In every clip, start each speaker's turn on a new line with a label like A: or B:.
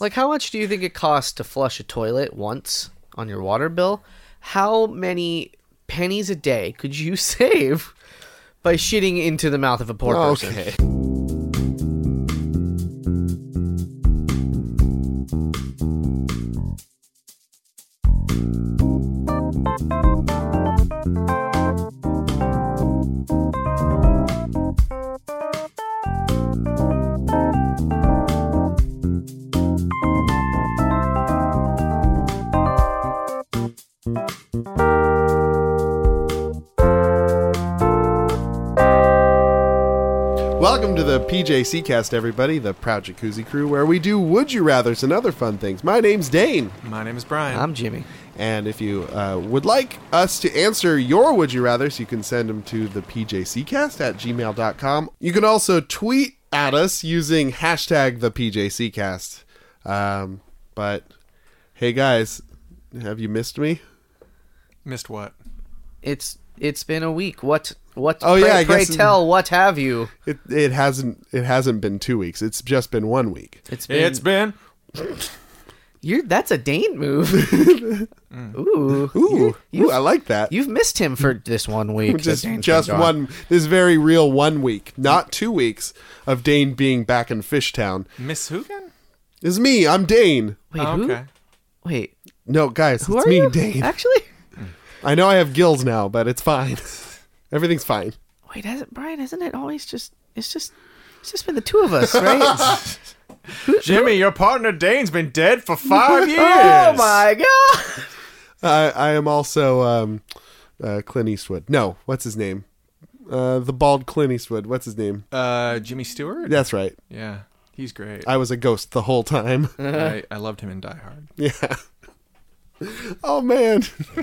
A: Like, how much do you think it costs to flush a toilet once on your water bill? How many pennies a day could you save by shitting into the mouth of a poor person?
B: Okay. Welcome to the PJC cast, everybody, the Proud Jacuzzi crew, where we do Would You Rathers and other fun things. My name's Dane.
C: My name is Brian.
A: I'm Jimmy.
B: And if you uh, would like us to answer your Would You Rathers, you can send them to the PJCcast at gmail.com. You can also tweet at us using hashtag the PJCcast. Um, but hey, guys, have you missed me?
C: Missed what?
A: It's it's been a week. What what?
B: Oh,
A: pray,
B: yeah, I
A: pray
B: guess-
A: tell. What have you?
B: It, it hasn't it hasn't been two weeks. It's just been one week.
A: It's been.
C: It's been.
A: you're that's a Dane move. Ooh,
B: Mm. Ooh,
A: you
B: ooh, I like that.
A: You've missed him for this one week. that
B: just
A: Dane's been
B: just
A: gone.
B: one this very real one week, not two weeks of Dane being back in Fishtown.
C: Miss Hoogan?
B: It's me. I'm Dane.
A: Wait,
C: Oh,
A: who?
C: okay.
A: Wait,
B: No, guys,
A: who
B: it's
A: are
B: me,
A: you?
B: Dane.
A: Actually,
B: I know I have gills now, but it's fine. Everything's fine.
A: wait, has it, Brian, isn't it always just? It's just. It's just been the two of us, right?
C: Jimmy, your partner Dane's been dead for five years.
A: oh my god!
B: I, I am also um, uh, Clint Eastwood. No, what's his name? Uh, the bald Clint Eastwood. What's his name?
C: Uh, Jimmy Stewart?
B: That's right.
C: Yeah, he's great. I,
B: I was a ghost the whole time.
C: I, loved him in Die Hard.
B: yeah. Oh man.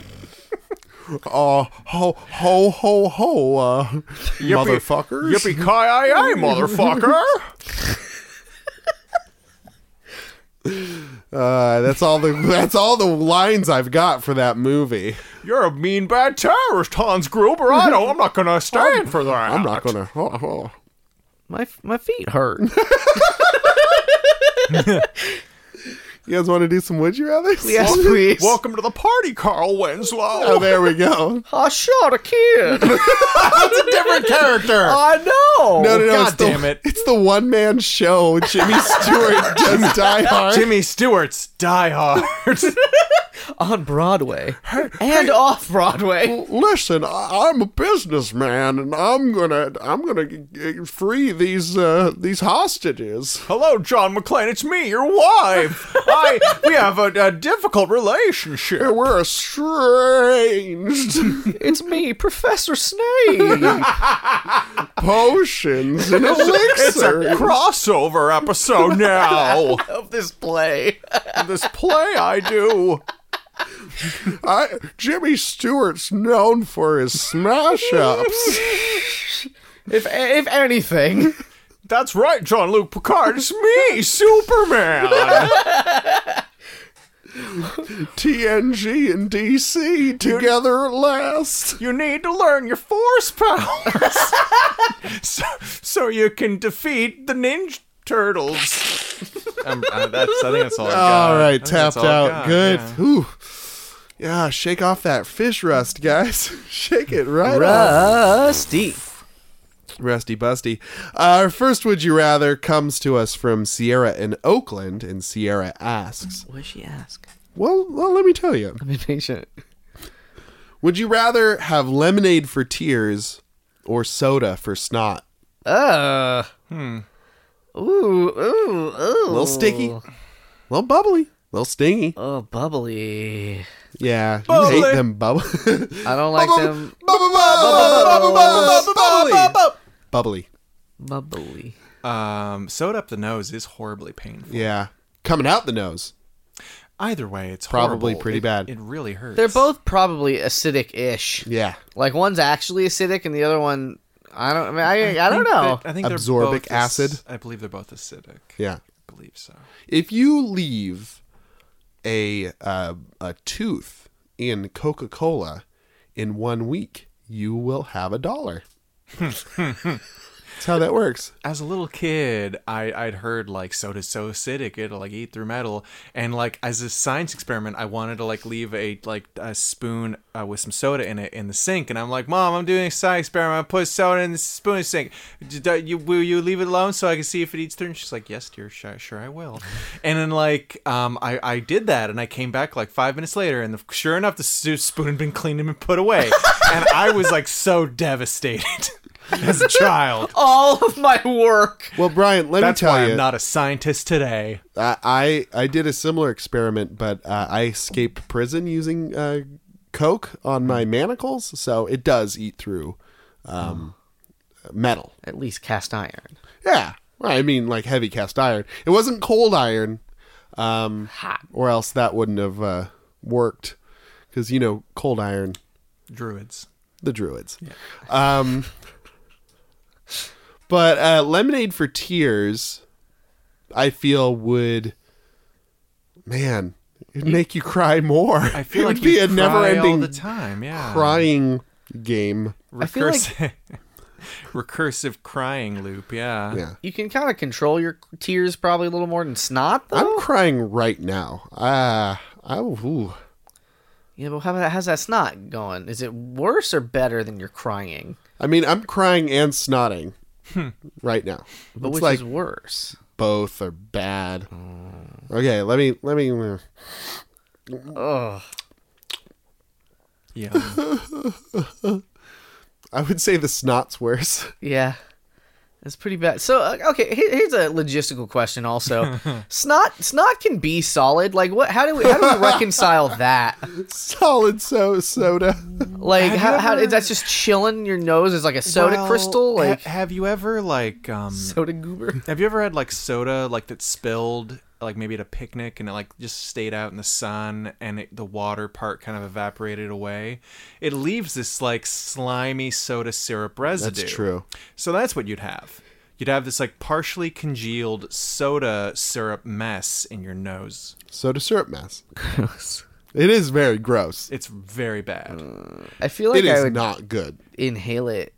B: Oh ho ho ho ho, uh, motherfuckers!
C: Yippee ki yi yi, motherfucker!
B: Uh, that's all the that's all the lines I've got for that movie.
C: You're a mean bad terrorist, Hans Gruber. I don't. I'm not gonna stand for that.
B: I'm not gonna. Oh, oh.
A: My my feet hurt.
B: You guys want to do some would you rather?
A: yes, please.
C: Welcome to the party, Carl Winslow.
B: Oh, there we go.
A: I shot a kid.
C: That's a different character.
A: I know.
B: No, no, no.
C: God
B: it's the,
C: damn it.
B: It's the one man show. Jimmy Stewart does Die Hard.
C: Jimmy Stewart's Die Hard.
A: On Broadway and off Broadway.
B: Listen, I, I'm a businessman, and I'm gonna, I'm gonna g- g- free these, uh, these hostages.
C: Hello, John McClane. It's me, your wife. I we have a, a difficult relationship.
B: We're estranged.
A: It's me, Professor Snape.
B: Potions and
C: It's
B: elixir.
C: a crossover episode now.
A: of this play.
C: this play I do.
B: I, Jimmy Stewart's known for his smash ups.
A: If if anything,
C: That's right, John Luke Picard. It's me, Superman.
B: TNG and DC together at last.
C: You need to learn your force powers so, so you can defeat the Ninja Turtles. I'm, I, Um, uh, that's, I think that's all. I've got.
B: All
C: I
B: right,
C: think that's
B: tapped
C: all I've
B: out.
C: got,
B: Good.
C: yeah.
B: Whew. Yeah, shake off that fish rust, guys. shake it right off.
A: Rusty.
B: Rusty busty. Our first would you rather comes to us from Sierra in Oakland, and Sierra asks,
A: What she ask?
B: well, well, let me tell you.
A: I'm impatient.
B: Would you rather have lemonade for tears or soda for snot?
A: Uh. Hmm. Ooh, ooh, ooh.
B: A little sticky, a little bubbly, a little stingy.
A: Oh, bubbly.
B: Yeah, you
C: Bubbly.
B: hate them bubble.
A: I don't like them
B: bubbly.
A: bubbly.
C: Um, soda up the nose is horribly painful.
B: Yeah, coming out the nose.
C: Either way, it's
B: Probably
C: horrible.
B: pretty
C: It-
B: bad.
C: It really hurts.
A: They're both probably acidic-ish.
B: Yeah,
A: Like one's actually acidic, and the other one, I don't. I mean, I, I don't know.
C: I think they're
B: Absorbic
C: both ac-
B: acid?
C: I believe they're both acidic.
B: yeah.
C: I believe so.
B: If you leave a uh, a tooth in Coca Cola in one week, you will have a dollar. That's how that works.
C: as a little kid, I, I'd heard like soda's so acidic it'll like eat through metal, and like as a science experiment, I wanted to like leave a like a spoon uh, with some soda in it in the sink, and I'm like, Mom, I'm doing a science experiment. I put soda in the spoon in the sink. D- d- you will you leave it alone so I can see if it eats through? And she's like, Yes, dear, sure, sure I will. and then like um, I I did that, and I came back like five minutes later, and the, sure enough, the s- spoon had been cleaned and put away, and I was like so devastated as a child.
A: All of my work.
B: Well, Brian, let
C: That's
B: me tell
C: why
B: you,
C: I'm not a scientist today.
B: I, I I did a similar experiment, but uh, I escaped prison using uh, coke on my manacles, so it does eat through um, metal.
A: At least cast iron.
B: Yeah, well, I mean like heavy cast iron. It wasn't cold iron, um,
A: Hot.
B: or else that wouldn't have uh, worked, because you know cold iron,
C: Druids.
B: the druids. Um, but uh, lemonade for tears, I feel would, man, it'd make you cry more.
C: I feel
B: it
C: like
B: would be
C: you
B: a
C: cry all
B: never-ending
C: the time. Yeah,
B: crying game.
A: I feel like-
C: recursive, recursive crying loop. Yeah.
B: Yeah,
A: You can kind of control your tears probably a little more than snot, though.
B: I'm crying right now. Ah, I ooh.
A: Yeah, but how about, how's that snot going? Is it worse or better than your crying?
B: I mean, I'm crying and snotting
C: Hmm.
B: right now.
A: But
B: it's
A: which
B: like
A: is worse?
B: both are bad.
C: Oh.
B: Okay, let me let me.
A: Ugh.
C: Yeah.
B: I would say the snot's worse.
A: Yeah. That's pretty bad. So uh, okay, here- here's a logistical question. Also, snot snot can be solid. Like, what? How do we how do we reconcile that?
B: Solid so soda.
A: Like,
C: Have
A: how,
C: you
A: how
C: ever-
A: that's just chilling your nose is like a soda
C: Well,
A: crystal,
C: ha-
A: like
C: have you ever like um?
A: soda goober.
C: Have you ever had like soda like that spilled like maybe at a picnic and it like just stayed out in the sun and it, the water part kind of evaporated away? It leaves this like slimy soda syrup residue.
B: That's true.
C: So that's what you'd have. You'd have this like partially congealed soda syrup mess in your nose.
B: Soda syrup mess. It is very gross.
C: It's very bad.
A: I feel like
B: It
A: I
B: is
A: would
B: not good.
A: inhale it,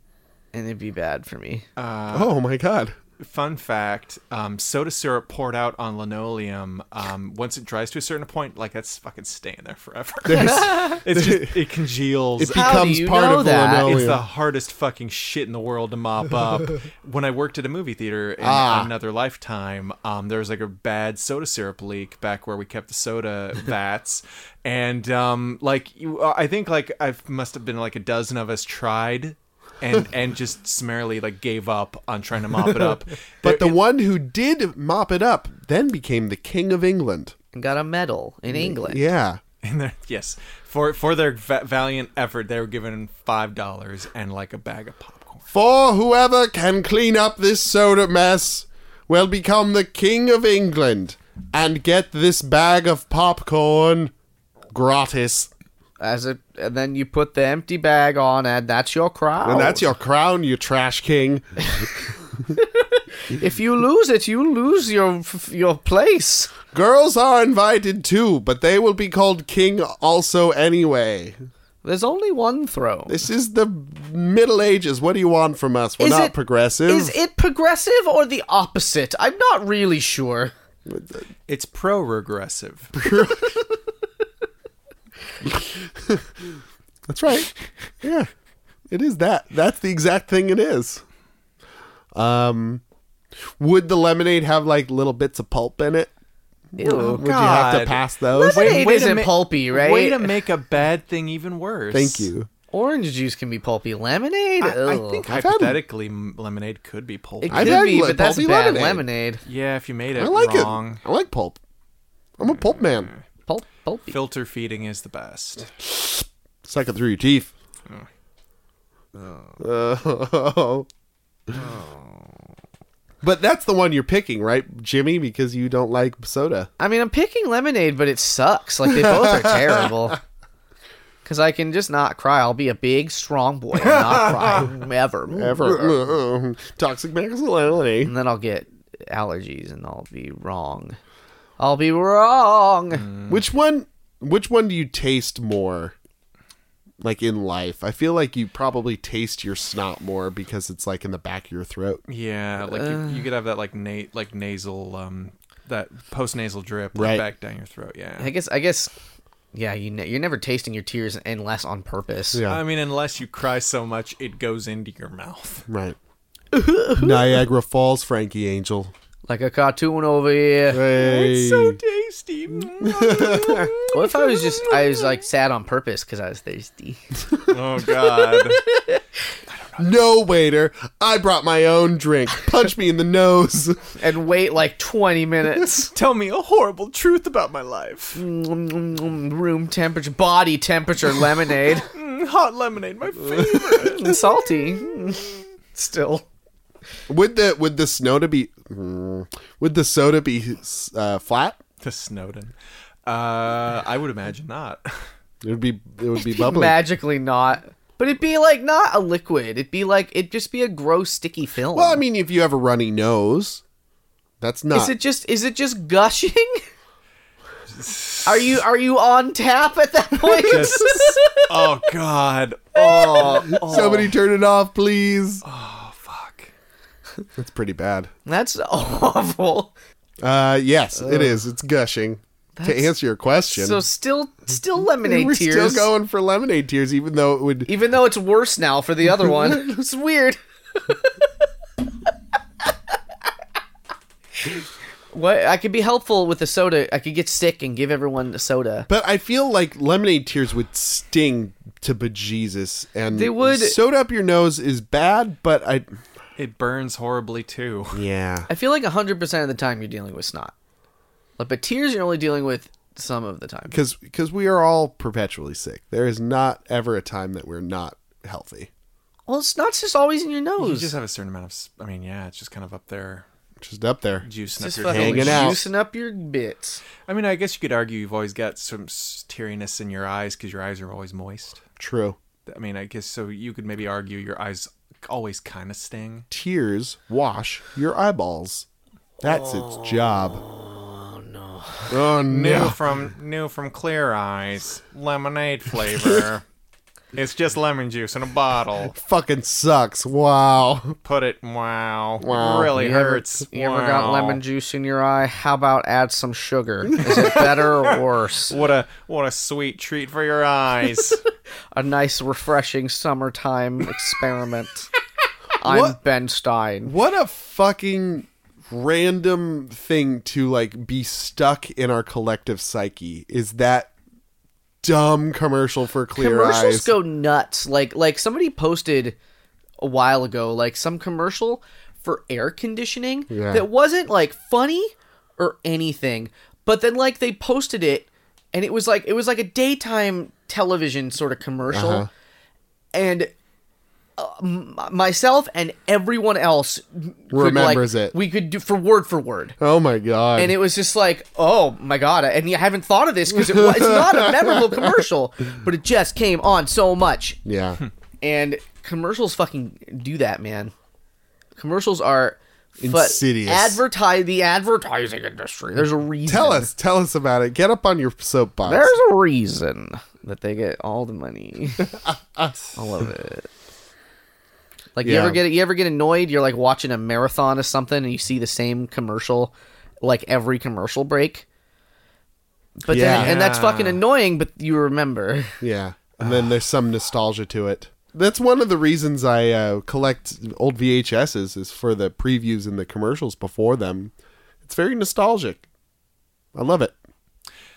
A: and it'd be bad for me.
B: oh my god.
C: Fun fact: um, soda syrup poured out on linoleum, um, once it dries to a certain point, like that's fucking staying there forever. it's just it congeals.
B: It
A: How do
B: becomes
A: you
B: part
A: know
B: of the
A: that?
B: linoleum.
C: it's the hardest fucking shit in the world to mop up. when I worked at a movie theater in
B: Ah.
C: another lifetime, um, there was like a bad soda syrup leak back where we kept the soda vats, and um, like you, I think like I must have been like a dozen of us tried. and and just summarily like gave up on trying to mop it up.
B: but the one who did mop it up then became the king of England.
A: And got a medal in England.
B: Yeah.
C: And their yes, for for their va- valiant effort, they were given five dollars and like a bag of popcorn.
B: For whoever can clean up this soda mess will become the King of England and get this bag of popcorn gratis.
A: As a, and then you put the empty bag on, and that's your crown.
B: And that's your crown, you trash king.
A: If you lose it, you lose your f- your place.
B: Girls are invited too, but they will be called king also anyway.
A: There's only one throne.
B: This is the Middle Ages. What do you want from us? We're
A: Is
B: not
A: it-
B: progressive.
A: Is it progressive or the opposite? I'm not really sure.
C: It's pro regressive.
B: That's right. Yeah. It is that. That's the exact thing it is. Um would the lemonade have like little bits of pulp in it?
A: Ew.
B: Would you have to
C: God.
B: pass those?
A: Oh, Lemonade-
C: Wait-
A: It
C: way to
A: isn't
C: ma-
A: pulpy, right?
C: Way to make a bad thing even worse.
B: Thank you.
A: Orange juice can be pulpy. Lemonade?
C: I, I
A: Ugh.
C: think
B: I've had-
C: hypothetically, m lemonade could be pulp.
A: it
B: I've
A: could
B: had
A: be,
B: le-
A: but that's
B: pulpy
A: bad lemonade.
B: lemonade.
C: yeah, if you made it
B: I like
C: wrong,
B: it. I like pulp. I'm a pulp man.
A: Pulp, pulpy.
C: filter feeding is the best.
B: Suck it through your teeth. Oh. But that's the one you're picking, right, Jimmy? Because you don't like soda.
A: I mean, I'm picking lemonade, but it sucks. Like they both are terrible. Cause I can just not cry. I'll be a big, strong boy and not cry ever,
B: Ever. Toxic masculinity.
A: And then I'll get allergies, and I'll be wrong. I'll be wrong.
B: Mm. Which one? Which one do you taste more? like in life. I feel like you probably taste your snot more because it's like in the back of your throat.
C: Yeah, like you, you could have that like na- like nasal um that post nasal drip like,
B: Right.
C: back down your throat. Yeah.
A: I guess. I guess. Yeah, you ne- you're never tasting your tears unless on purpose.
B: Yeah.
C: I mean, unless you cry so much it goes into your mouth.
B: Right. Niagara Falls, Frankie Angel.
A: Like a cartoon over here.
B: Hey.
C: It's so tasty. oh
A: What if I was just I was like sad on purpose because I was thirsty?
C: Oh, God.
B: no waiter. I brought my own drink. Punch me in the nose.
A: and wait like 20 minutes.
C: Tell me a horrible truth about my life.
A: Room temperature, body temperature lemonade.
C: Mm, hot lemonade, my favorite.
A: And salty. Still.
B: Would the would the snow to be mm, would the soda be uh, flat?
C: the Snowden. Uh, I would imagine not.
B: It would be it would be bubbly.
A: Magically not. But it'd be like not a liquid. It'd be like, it'd just be a gross, sticky film.
B: Well, I mean, if you have a runny nose, that's not.
A: is it just is it just gushing? Are you are you on tap at that point?
C: Just, oh God. Oh, oh,
B: Somebody turn it off, please.
A: Oh,
C: fuck.
B: That's pretty bad.
A: That's awful.
B: Uh, yes, it is. It's gushing. to
A: That's-
B: answer your question,
A: So still still
B: we're
A: lemonade tears.
B: still going for lemonade tears, even though it would.
A: even though it's worse now for the other one. it's weird. what I could be helpful with the soda. I could get sick and give everyone the soda.
B: But I feel like lemonade tears would sting to bejesus, and
A: They would-
B: Soda up your nose is bad, but I.
C: It burns horribly too.
B: Yeah.
A: I feel like 100% of the time you're dealing with snot. Like, but tears you're only dealing with some of the time.
B: because because we are all perpetually sick. There is not ever a time that we're not healthy.
A: Well, snot's just always in your
C: You
A: nose.
C: just have a certain amount of. s- I mean, yeah, it's just kind of up there,
B: Just up there.
C: juicing
A: just
C: up your
A: fucking
B: Hanging out.
A: juicing up your bits.
C: I mean, I guess you could argue you've always got some s- teariness in your eyes because your eyes are always moist.
B: True.
C: I mean, I guess so. You could maybe argue your eyes always kind of sting.
B: Tears wash your eyeballs. That's its job. Oh no. Oh
C: New
B: no.
C: from new from Clear Eyes lemonade flavor. it's just lemon juice in a bottle.
B: Fucking sucks. Wow.
C: Put it. Wow,
B: Wow.
C: really
A: You ever-
C: hurts.
A: You ever got
C: Wow.
A: lemon juice in your eye? How about add some sugar? Is it better or worse?
C: What a what a sweet treat for your eyes.
A: a nice, refreshing summertime experiment. I'm
B: What?
A: Ben Stein.
B: What a fucking random thing to like be stuck in our collective psyche is that dumb commercial for clear
A: Commercials
B: eyes.
A: go nuts. Like like somebody posted a while ago, like some commercial for air conditioning
B: Yeah.
A: that wasn't like funny or anything, but then like they posted it and it was like it was like a daytime television sort of commercial.
B: Uh-huh.
A: And uh, m- myself and everyone else could, like-
B: Remembers it.
A: We could do for word for word.
B: oh my god.
A: and it was just like, oh my god, and I haven't thought of this because it was, it's not a memorable commercial, but it just came on so much,
B: yeah.
A: and commercials fucking do that, man. Commercials are fu-
B: Insidious.
A: Advertise the advertising industry. There's a reason.
B: Tell us, tell us about it. Get up on your soapbox.
A: There's a reason that they get all the money. I love it. Like you
B: Yeah.
A: ever get you ever get annoyed? You're like watching a marathon or something, and you see the same commercial, like every commercial break. But
B: Yeah.
A: then, and that's fucking
C: Yeah.
A: annoying. But you remember,
B: yeah, and then there's some nostalgia to it. That's one of the reasons I uh, collect old VHSs is for the previews and the commercials before them. It's very nostalgic. I love it.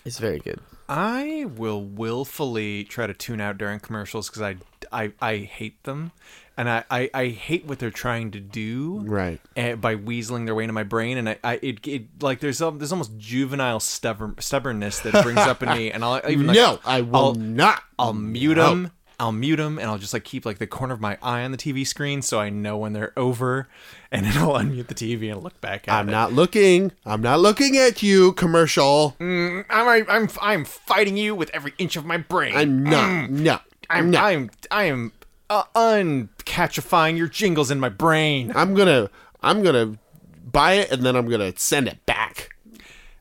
A: it's very good.
C: I will willfully try to tune out during commercials because I, I I hate them, and I, I, I hate what they're trying to do.
B: Right.
C: eh, by weaseling their way into my brain, and I, I it, it like there's some there's almost juvenile stubborn stubbornness that brings up in me, and I'll even like,
B: no, I will
C: I'll-
B: not.
C: I'll mute them. I'll mute them, and I'll just like keep like the corner of my eye on the TV screen so I know when they're over, and then I'll unmute the TV and look back at
B: I'm
C: it.
B: not looking. I'm not looking at you, commercial.
A: Mm.
C: I'm I'm I'm fighting you with every inch of my brain.
B: I'm
A: Mm.
B: not. No.
C: I'm
B: I'm not.
C: I'm I'm uh, uncatchifying your jingles in my brain.
B: I'm gonna. I'm gonna buy it and then I'm gonna send it back.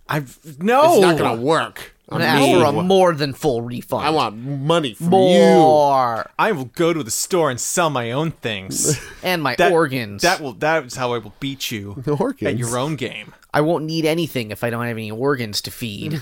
C: I've no.
B: It's not gonna work.
A: I'm gonna ask
B: me.
A: for a more than full refund.
B: I want money from you.
A: more
C: I will go to the store and sell my own things.
A: and my
C: That-
A: organs.
C: That will. That is how I will beat you
B: Organs.
C: at your own game.
A: I won't need anything if I don't have any organs to feed.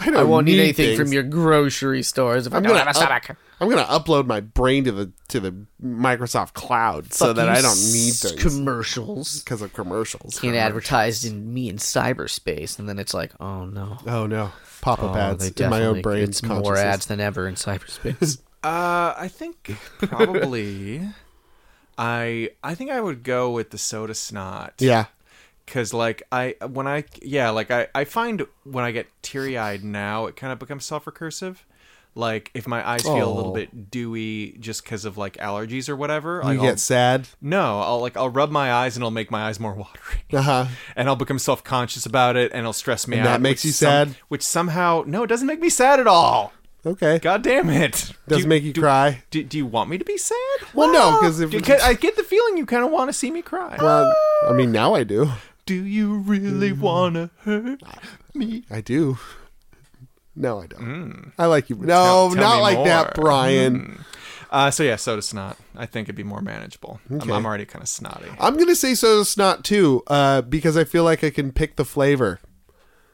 B: I, don't
A: I won't need, anything
B: things.
A: from your grocery stores if I
B: I'm
A: don't
B: gonna
A: have a
B: up-
A: stomach.
B: I'm gonna upload my brain to the to the Microsoft cloud so that I don't need
A: Fucking
B: things
A: commercials.
B: because of commercials.
A: Get advertised in me in cyberspace, and then it's like, oh no.
B: Oh no, pop up
A: Oh,
B: ads
A: they
B: in my own
A: definitely-
B: brain.
A: It's more ads than ever in cyberspace.
C: Uh, I think probably. I I think I would go with the soda snot.
B: Yeah,
C: because like i when i yeah like i i find when i get teary-eyed now it kind of becomes self-recursive like if my eyes feel a little
B: Oh. Mm,
C: bit dewy just because of like allergies or whatever
B: you
C: like, I'll-
B: get sad.
C: no i'll like i'll rub my eyes and it'll make my eyes more watery
B: Uh huh.
C: and i'll become self-conscious about it and it'll stress me
B: And
C: out
B: that makes
C: which
B: you
C: some-
B: sad?
C: which somehow no it doesn't make me sad at all
B: Okay.
C: god damn it Do
B: Doesn't make you cry.
C: do, do you want me to be sad
B: Well, no, because if
C: Do you- can- i get the feeling you kind of want to see me cry
B: well, Mm-hmm. I
C: Ah.
B: mean, now I do.
C: do you really want to hurt me Mm.
B: I do. No, I don't. I like you. No,
C: Tell- tell
B: not
C: me
B: like that,
C: more.
B: Brian.
C: Uh, so yeah, soda snot. I think it'd be more manageable.
B: Okay.
C: I'm, I'm already kind of snotty.
B: I'm gonna say soda snot too, uh, because I feel like I can pick the flavor.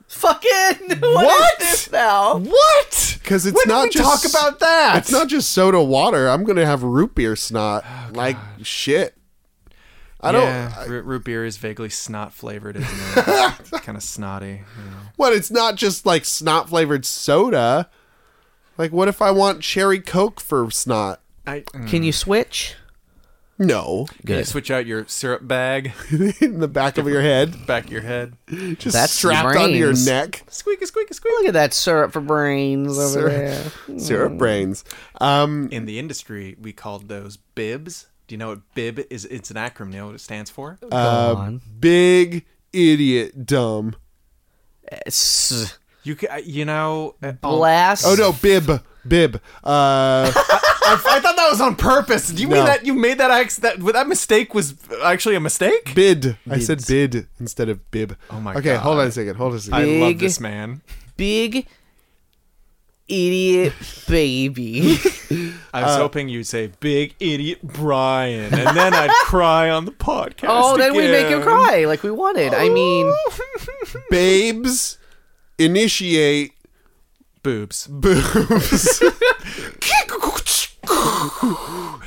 A: Fucking
B: What?
A: what is this now?
B: Uh, What? Because it's
C: When did
B: not
C: we
B: just
C: talk about that?
B: It's not just soda water. I'm gonna have root beer snot.
C: Oh,
B: like shit. I don't.
C: Yeah, root, root beer is vaguely snot flavored, isn't it? kind of snotty. you know.
B: What? It's not just like snot flavored soda. Like, what if I want cherry coke for snot?
C: I mm.
A: Can you switch?
B: No,
C: Can you switch out your syrup bag
B: in the back of your head,
C: back of your head.
B: just
A: That's
B: strapped onto your
A: brains.
B: neck.
C: Squeak, squeak, squeak.
A: Look at that syrup for brains over
B: Syrup.
A: there.
C: Mm.
B: Syrup brains. Um,
C: In the industry, we called those bibs. Do you know what bib is? It's an acronym. You know what it stands for?
A: Go
B: Um,
A: on.
B: big idiot, dumb.
A: S-
C: You ca- you know. uh, oh,
A: Blast.
B: Oh no, bib, bib. Uh,
C: I, I thought that was on purpose. Do you
B: No.
C: mean that you made that ex- that that mistake was actually a mistake?
B: bid. I said bid instead of bib.
C: Oh my
B: Okay,
C: God.
B: hold on a second. Hold on a second.
C: I love
A: Big-
C: this man.
A: Big idiot baby.
C: I
A: Uh,
C: was hoping you'd say "big idiot Brian," and then I'd cry on the podcast.
A: oh, then we make him
C: again.
A: cry like we wanted. I mean,
B: babes initiate
C: Boobs.
B: boobs.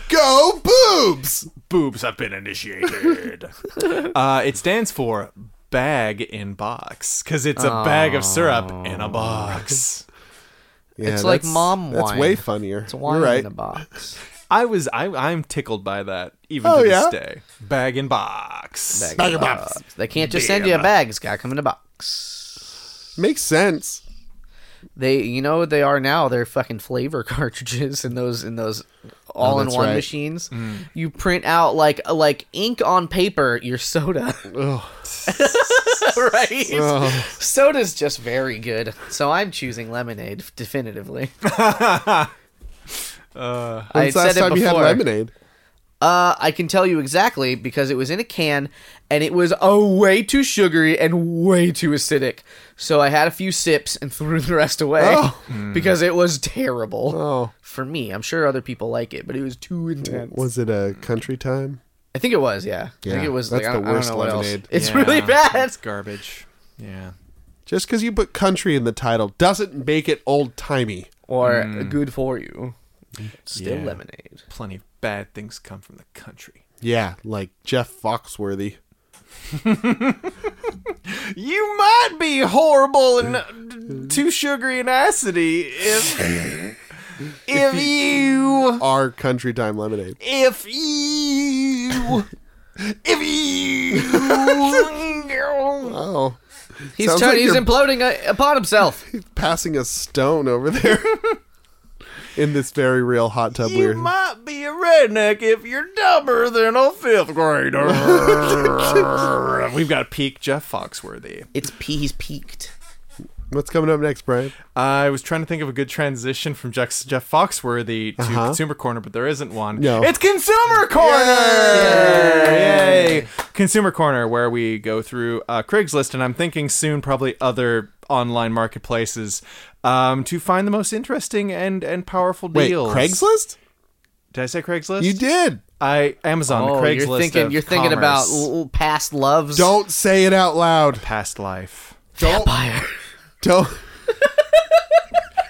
B: Go boobs.
C: Boobs have been initiated. uh, it stands for bag in box because it's a bag of syrup in a box.
B: Yeah,
A: It's like
B: that's-
A: mom
B: That's
A: wine.
B: way funnier.
A: it's wine
B: You're right.
A: in a box.
C: I was I, I'm tickled by that even
B: Oh,
C: to
B: yeah?
C: this day. Bag in box.
A: Bag
B: Bag
A: of
B: of box.
A: box. Uh, They can't just send you a bag. It's got to come in a box.
B: Makes sense.
A: They, you know, what they are now. They're fucking flavor cartridges in those in those all-in-one
B: Oh, right. Mm.
A: machines. You print out like like ink on paper your soda, right? Soda's just very good. So I'm choosing lemonade definitively. I
B: Uh,
A: had
B: When's the last
A: said it
B: time you had
A: before.
B: lemonade?
A: Uh, I can tell you exactly because it was in a can and it was oh way too sugary and way too acidic. So I had a few sips and threw the rest away
B: Oh.
A: because it was terrible.
B: Oh.
A: For me, I'm sure other people like it, but it was too intense.
B: Was it a country time?
A: I think it was, yeah. I
B: Yeah,
A: think it was
B: that's
A: like, I-
B: the
A: I don't
B: worst
A: know what else.
B: lemonade.
A: It's
C: Yeah,
A: really bad.
C: It's garbage. Yeah.
B: Just because you put country in the title doesn't make it old timey.
A: Or good for you. Still
C: Mm. Yeah.
A: lemonade.
C: Plenty of bad things come from the country.
B: Yeah, like Jeff Foxworthy.
C: You might be horrible and too sugary and acidy if if you
B: Our country time lemonade.
C: if you if you
B: Oh,
A: He's
B: Sounds
A: turn-
B: like
A: he's
B: you're-
A: imploding uh, upon himself.
B: passing a stone over there in this very real hot tub.
C: you
B: we're
C: might be a redneck if you're dumber than a fifth grader. We've got peak Jeff Foxworthy.
A: It's pe- he's peaked.
B: What's coming up next, Brian?
C: I was trying to think of a good transition from Jeff, Jeff Foxworthy to Consumer Corner, but there isn't one.
B: Uh-huh. No.
C: It's Consumer Corner! Yay! Consumer Corner, where we go through uh, Craigslist, and I'm thinking soon probably other online marketplaces um, to find the most interesting and and powerful
B: Wait,
C: deals.
B: Craigslist?
C: Did I say Craigslist?
B: You did.
C: I Amazon,
A: Oh,
C: Craigslist.
A: you're thinking
C: of
A: you're thinking
C: commerce.
A: about l- past loves.
B: Don't say it out loud.
C: past life.
B: Don't.
A: Fire.
B: Don't.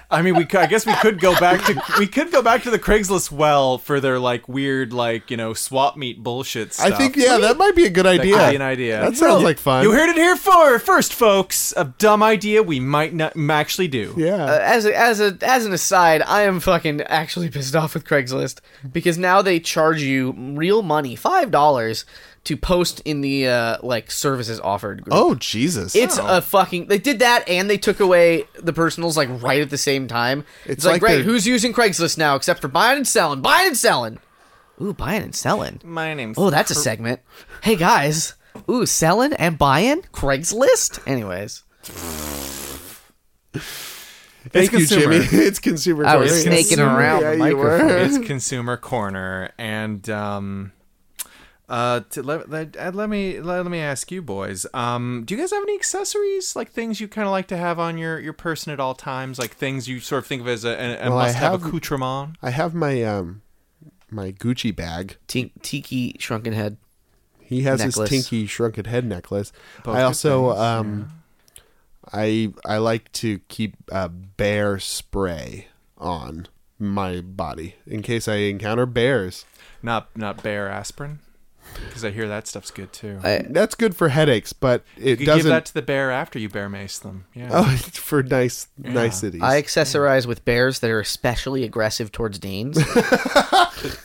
C: I mean, we could, I guess we could go back to we could go back to the Craigslist well for their like weird like you know swap meet bullshit.
B: I
C: Stuff.
B: think yeah, that might be a good
C: That
B: idea.
C: could be an idea.
B: That sounds like fun.
C: You heard it here for first, folks. A dumb idea we might not m- actually do.
B: yeah.
A: Uh, as a, as a as an aside, I am fucking actually pissed off with Craigslist because now they charge you real money, five dollars, to post in the uh, like services offered. Group.
B: oh Jesus.
A: It's a fucking. They did that, and they took away the personals like right at the same time. It's, like,
B: like
A: great,
B: they're-
A: who's using Craigslist now except for buying and selling, buying and selling. Ooh, buying and selling.
C: My name's
A: Oh, that's a segment. Hey guys. Ooh, selling and buying Craigslist. Anyways,
B: Thank
C: It's
B: you,
C: consumer.
B: Jimmy. It's consumer.
A: I was
B: Sorry.
A: snaking around
B: Yeah,
A: the
B: you were.
C: it's Consumer Corner, and um, uh, to, let, let, uh, let me let, let me ask you boys. Um, do you guys have any accessories like things you kind of like to have on your your person at all times, like things you sort of think of as a, a, a
B: Well, I
C: must-have
B: have-
C: accoutrement?
B: I have my um my Gucci bag.
A: Ti- Tiki shrunken head.
B: He has
A: Necklace.
B: his tinky shrunken head necklace.
C: Both
B: I
C: good
B: also um I I like to keep uh, bear spray on my body in case I encounter bears.
C: Not not bear aspirin, because I hear that stuff's good too.
A: I-
B: That's good for headaches, but it
C: you could give
B: doesn't
C: that to the bear after you bear mace them. Yeah.
B: Oh, it's for nice niceties.
A: I accessorize with bears that are especially aggressive towards Danes.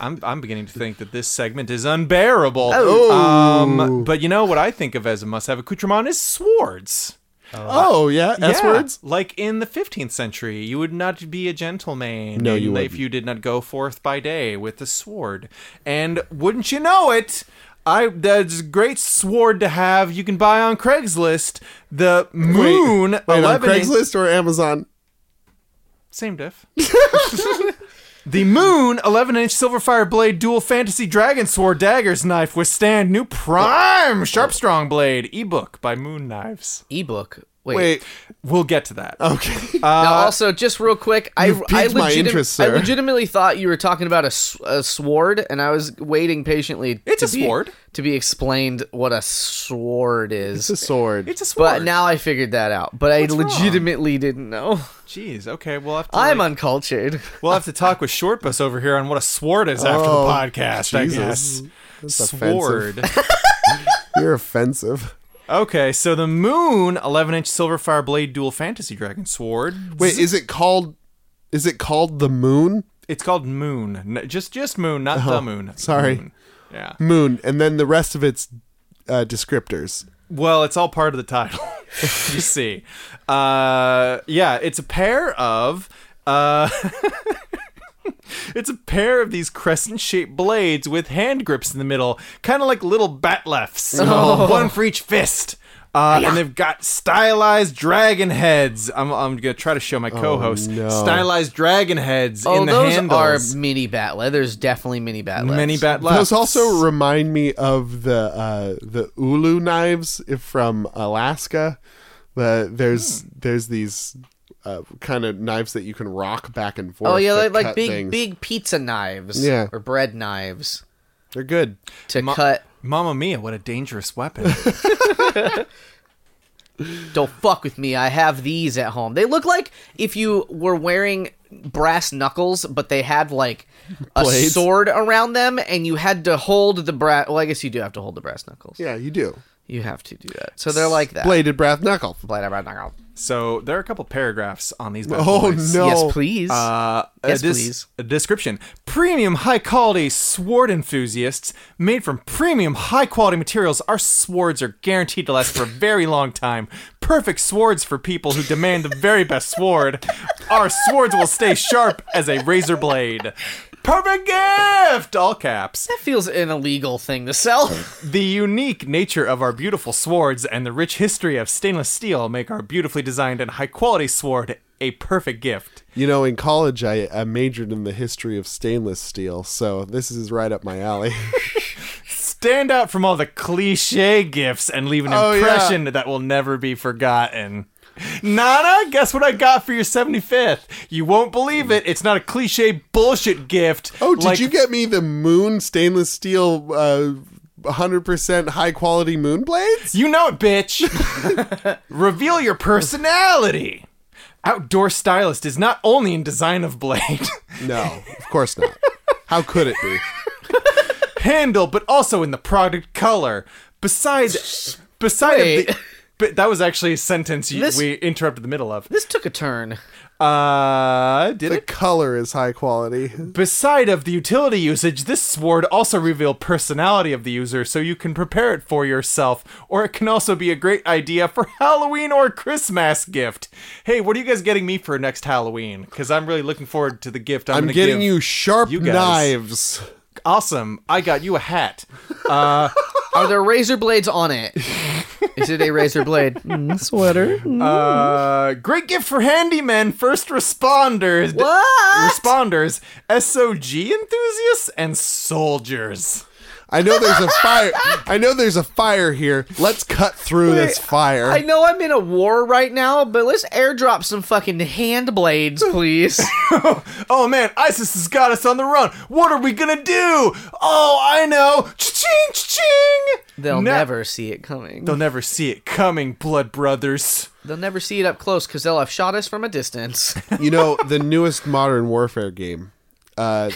C: I'm, I'm beginning to think that this segment is unbearable. Oh. Um, but you know what I think of as a must-have accoutrement is swords.
B: oh yeah, S
C: Yeah,
B: words.
C: Like in the 15th century, you would not be a gentleman
B: No,
C: in-
B: you
C: if
B: wouldn't.
C: you did not go forth by day with a sword. And wouldn't you know it, I that's a great sword to have. You can buy on Craigslist the moon
B: Wait, wait, on
C: 11 inch-
B: Craigslist or Amazon?
C: same diff. the Moon 11 inch Silverfire Blade Dual Fantasy Dragon Sword Daggers Knife withstand new prime Sharp Strong Blade ebook by Moon Knives.
A: Ebook. Wait.
B: Wait, Uh,
C: We'll get to that.
B: okay.
C: Uh,
A: now, also, just real quick, I,
B: You've
A: I,
B: piqued my
A: legiti-
B: interest,
A: I
B: sir.
A: legitimately thought you were talking about a, s- a sword, and I was waiting patiently.
C: It's
A: to
C: a
A: be-
C: sword.
A: to be explained what a sword is.
B: it's a sword.
C: it's a sword.
A: but now I figured that out. But I
C: wrong?
A: legitimately didn't know.
C: Jeez, okay, we'll have to
A: I'm
C: like-
A: uncultured.
C: we'll have to talk with Shortbus over here on what a sword is after
B: Oh,
C: the podcast, I
B: Jesus.
C: guess.
B: That's
C: Sword.
B: You're offensive.
C: okay, so the Moon 11 inch Silverfire Blade Dual Fantasy Dragon Sword.
B: Wait, is it called? Is it called the moon?
C: It's called Moon. N- Just just Moon, not the Moon.
B: Oh, sorry.
C: Moon. Yeah.
B: Moon, and then the rest of its uh, descriptors.
C: Well, it's all part of the title. you see. Uh, yeah, it's a pair of. Uh, It's a pair of these crescent shaped blades with hand grips in the middle, kind of like little bat lefts, one for each fist. Uh, and they've got stylized dragon heads. I'm, I'm gonna try to show my co-host
B: Oh, no.
C: stylized dragon heads
A: Oh,
C: in the
A: those
C: handles.
A: are mini bat leathers. Definitely mini bat leathers.
C: many bat lefts.
B: Those also remind me of the uh, the ulu knives if- from Alaska. The, there's there's these uh, kind of knives that you can rock back and forth.
A: Oh yeah, like,
B: that
A: like
B: cut
A: big
B: things.
A: big pizza knives.
B: Yeah.
A: Or bread knives
B: They're good.
A: to cut.
C: Mamma mia! What a dangerous weapon.
A: Don't fuck with me. I have these at home. They look like if you were wearing brass knuckles, but they had like a
B: Blades.
A: sword around them, and you had to hold the brass. Well, I guess you do have to hold the brass knuckles.
B: Yeah, you do
A: You have to do that. So they're like that.
B: bladed brass knuckle.
A: Blade brass knuckle.
C: So there are a couple paragraphs on these. bad
B: Oh
C: boys.
B: no!
A: Yes, please.
C: Uh,
A: Yes,
C: uh, this-
A: please.
C: uh, Description: Premium, high-quality sword enthusiasts made from premium, high-quality materials. Our swords are guaranteed to last for a very long time. Perfect swords for people who demand the very best sword. Our swords will stay sharp as a razor blade. Perfect gift! All caps.
A: that feels an illegal thing to sell.
C: The unique nature of our beautiful swords and the rich history of stainless steel make our beautifully designed and high quality sword a perfect gift.
B: You know, in college, I, I majored in the history of stainless steel, so this is right up my alley.
C: Stand out from all the cliche gifts and leave an
B: Oh, yeah.
C: impression that will never be forgotten. Nana, guess what I got for your 75th? You won't believe it. It's not a cliche bullshit gift.
B: Oh, did
C: like-
B: you get me the moon stainless steel, uh, 100% high quality moon blades?
C: You know it, bitch. Reveal your personality. Outdoor stylist is not only in design of blade
B: No, of course not. How could it be?
C: handle, but also in the product color. Besides, beside
A: Wait.
C: the, but that was actually a sentence you,
A: This-
C: we interrupted the middle of.
A: This took a turn.
C: Uh, did
B: The
C: it?
B: color is high quality.
C: Beside of the utility usage, this sword also reveal personality of the user, so you can prepare it for yourself, or it can also be a great idea for Halloween or Christmas gift. Hey, what are you guys getting me for next Halloween? Because I'm really looking forward to the gift. I'm,
B: I'm
C: gonna
B: getting
C: give.
B: you sharp
C: you guys.
B: knives.
C: Awesome! I got you a hat.
A: Are there razor blades on it? Is it a razor blade? Mm, sweater.
C: Uh, great gift for handymen, first responders,
A: What?
C: responders, SOG enthusiasts, and soldiers.
B: I know there's a fire. I know there's a fire here. Let's cut through this fire.
A: I know I'm in a war right now, but let's airdrop some fucking hand blades, please.
C: Oh man, ISIS has got us on the run. What are we gonna do? Oh, I know. Cha-ching, cha-ching.
A: They'll
C: Ne-
A: never see it coming.
C: They'll never see it coming, blood brothers.
A: They'll never see it up close because they'll have shot us from a distance.
B: you know the newest modern warfare game uh,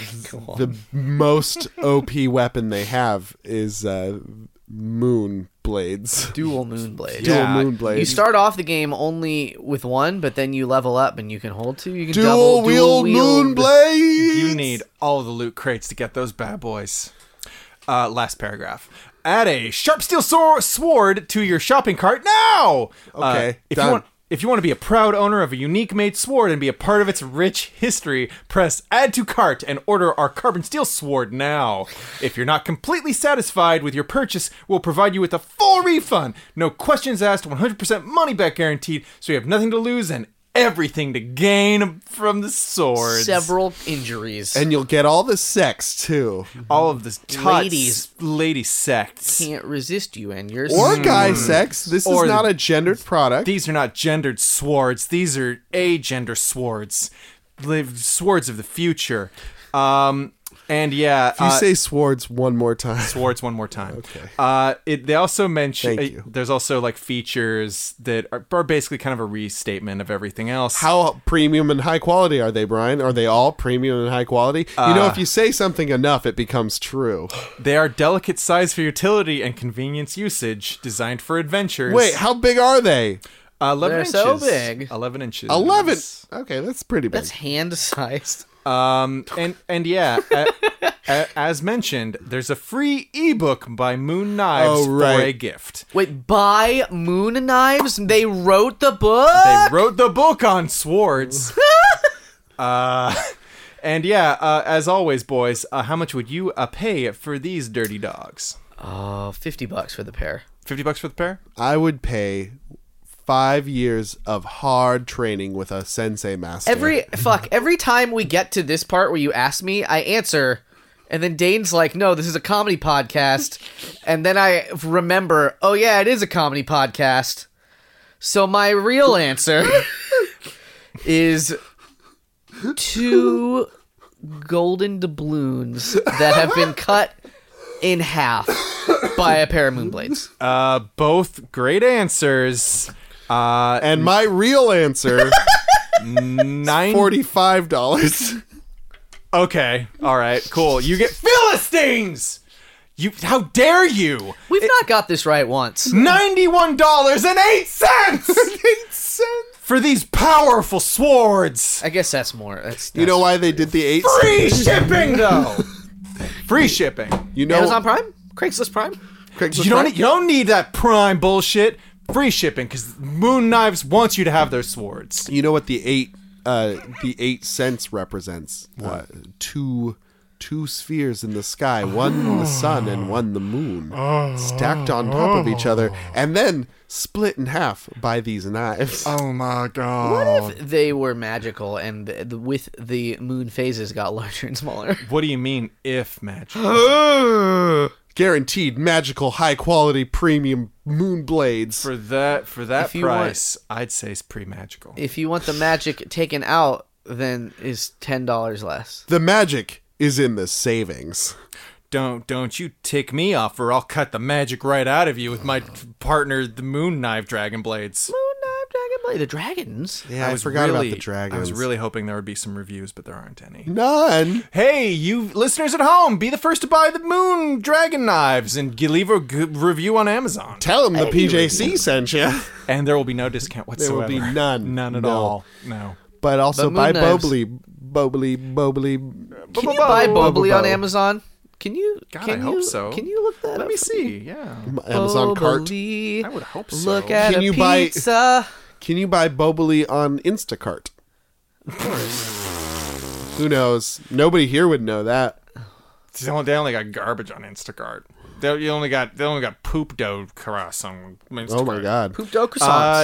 B: the most op weapon they have is uh, moon blades
A: Dual moon blades.
B: dual
C: Yeah,
B: moon blades
A: You start off the game only with one, but then you level up and you can hold two. You can
B: dual,
A: double,
B: wheel moon
A: wield.
B: blades
C: You need all the loot crates to get those bad boys. Uh, last paragraph. Add a sharp steel sor- sword to your shopping cart now. Uh,
B: Okay,
C: if
B: done.
C: you want. If you want to be a proud owner of a unique made sword and be a part of its rich history, press add to cart and order our carbon steel sword now. If you're not completely satisfied with your purchase, we'll provide you with a full refund. No questions asked, 100% money back guaranteed, so you have nothing to lose and everything to gain from the sword.
A: Several injuries.
B: and you'll get all the sex too
C: all of this tots,
A: Ladies.
C: lady sects.
A: can't resist you and yours.
B: or guy sex this
C: Or-
B: is not a gendered product
C: These are not gendered swords. These are agender swords, Live swords of the future. Um, and yeah,
B: if you
C: uh,
B: say swords one more time
C: swords one more time. Okay. Uh, it, they also mention
B: Thank
C: uh,
B: you.
C: there's also like features that are, are basically kind of a restatement of everything else.
B: how premium and high quality are they brian are they all premium and high quality you know if you say something enough it becomes true
C: they are delicate size for utility and convenience usage, designed for adventures.
B: wait how big are they
C: uh, 11
A: They're
C: inches.
A: so big.
C: Eleven inches.
B: 11 okay that's pretty big
A: That's hand sized.
C: Um, and and yeah, a, a, as mentioned, there's a free ebook by Moon Knives
B: Oh, right.
C: for a gift.
A: Wait, buy moon knives? They wrote the book?
C: They wrote the book on swords. uh, and yeah, uh, as always, boys, uh, how much would you uh, pay for these dirty dogs?
A: oh, 50 bucks for the pair.
C: Fifty bucks for the pair.
B: i would pay five years of hard training with a sensei master
A: Every fuck, every time we get to this part where you ask me, I answer, and then Dane's like, "No, this is a comedy podcast," and then I remember, "Oh yeah, it is a comedy podcast." So my real answer is two golden doubloons that have been cut in half by a pair of moonblades.
C: Uh, both great answers. Uh,
B: and my real answer
C: nine.
B: $45
C: Okay, all right, cool. You get Philistines. You, how dare you?
A: We've not got this right once.
C: Ninety-one dollars and eight cents. eight cents for these powerful swords.
A: I guess that's more. That's,
B: you know why they did the eight
C: Free shipping, though. Free shipping.
B: you know
A: Amazon Prime, Craigslist Prime.
B: Craigslist
C: You don't.
B: Prime?
C: Need, you don't need that prime bullshit. Free shipping, because Moon Knives wants you to have their swords.
B: you know what the eight uh the eight cents represents what two two spheres in the sky one the sun and one the moon stacked on top of each
A: Oh.
B: other and then split in half by these knives
C: Oh my god. What,
A: they were magical and th- th- with the moon phases got larger and smaller
C: do you mean if magic?
B: guaranteed magical high quality premium moon blades.
C: For that for that
A: If you want-
C: price, I'd say it's pretty magical.
A: If you want the magic taken out, then is ten dollars less.
B: the magic is in the savings.
C: Don't don't you tick me off, or I'll cut the magic right out of you with my partner, the Moon Knife Dragon Blades.
A: Moon Knife Dragon Blade, the dragons.
B: Yeah, I,
C: was
B: forgot
C: really-
B: about the dragons.
C: I was really hoping there would be some reviews, but there aren't any.
B: None.
C: Hey, you listeners at home, be the first to buy the Moon Dragon Knives and g- leave a g- review on Amazon.
B: Tell them the PJC sent you.
C: And there will be no discount whatsoever.
B: will be none.
C: None at
B: No.
C: all. No.
B: But also
A: But
B: buy
A: moon knives-
B: Bobly, Bobly, Bobly.
A: Can you buy Bobly on
B: Bo-
A: Amazon? Can you?
C: God,
A: can
C: I hope
A: you-
C: so.
A: Can you look that
C: Let
A: up?
C: me see. Yeah.
B: Amazon cart.
A: Bubbly.
C: I would hope so.
A: Look at
B: Can
A: a
B: you buy-
A: pizza.
B: Can you buy Bobly on Instacart? Who knows? Nobody here would know that.
C: They only, they only got garbage on Instacart. They you only got they only got poop dough crust on Instacart.
B: Oh my god.
A: Poop dough
C: Uh,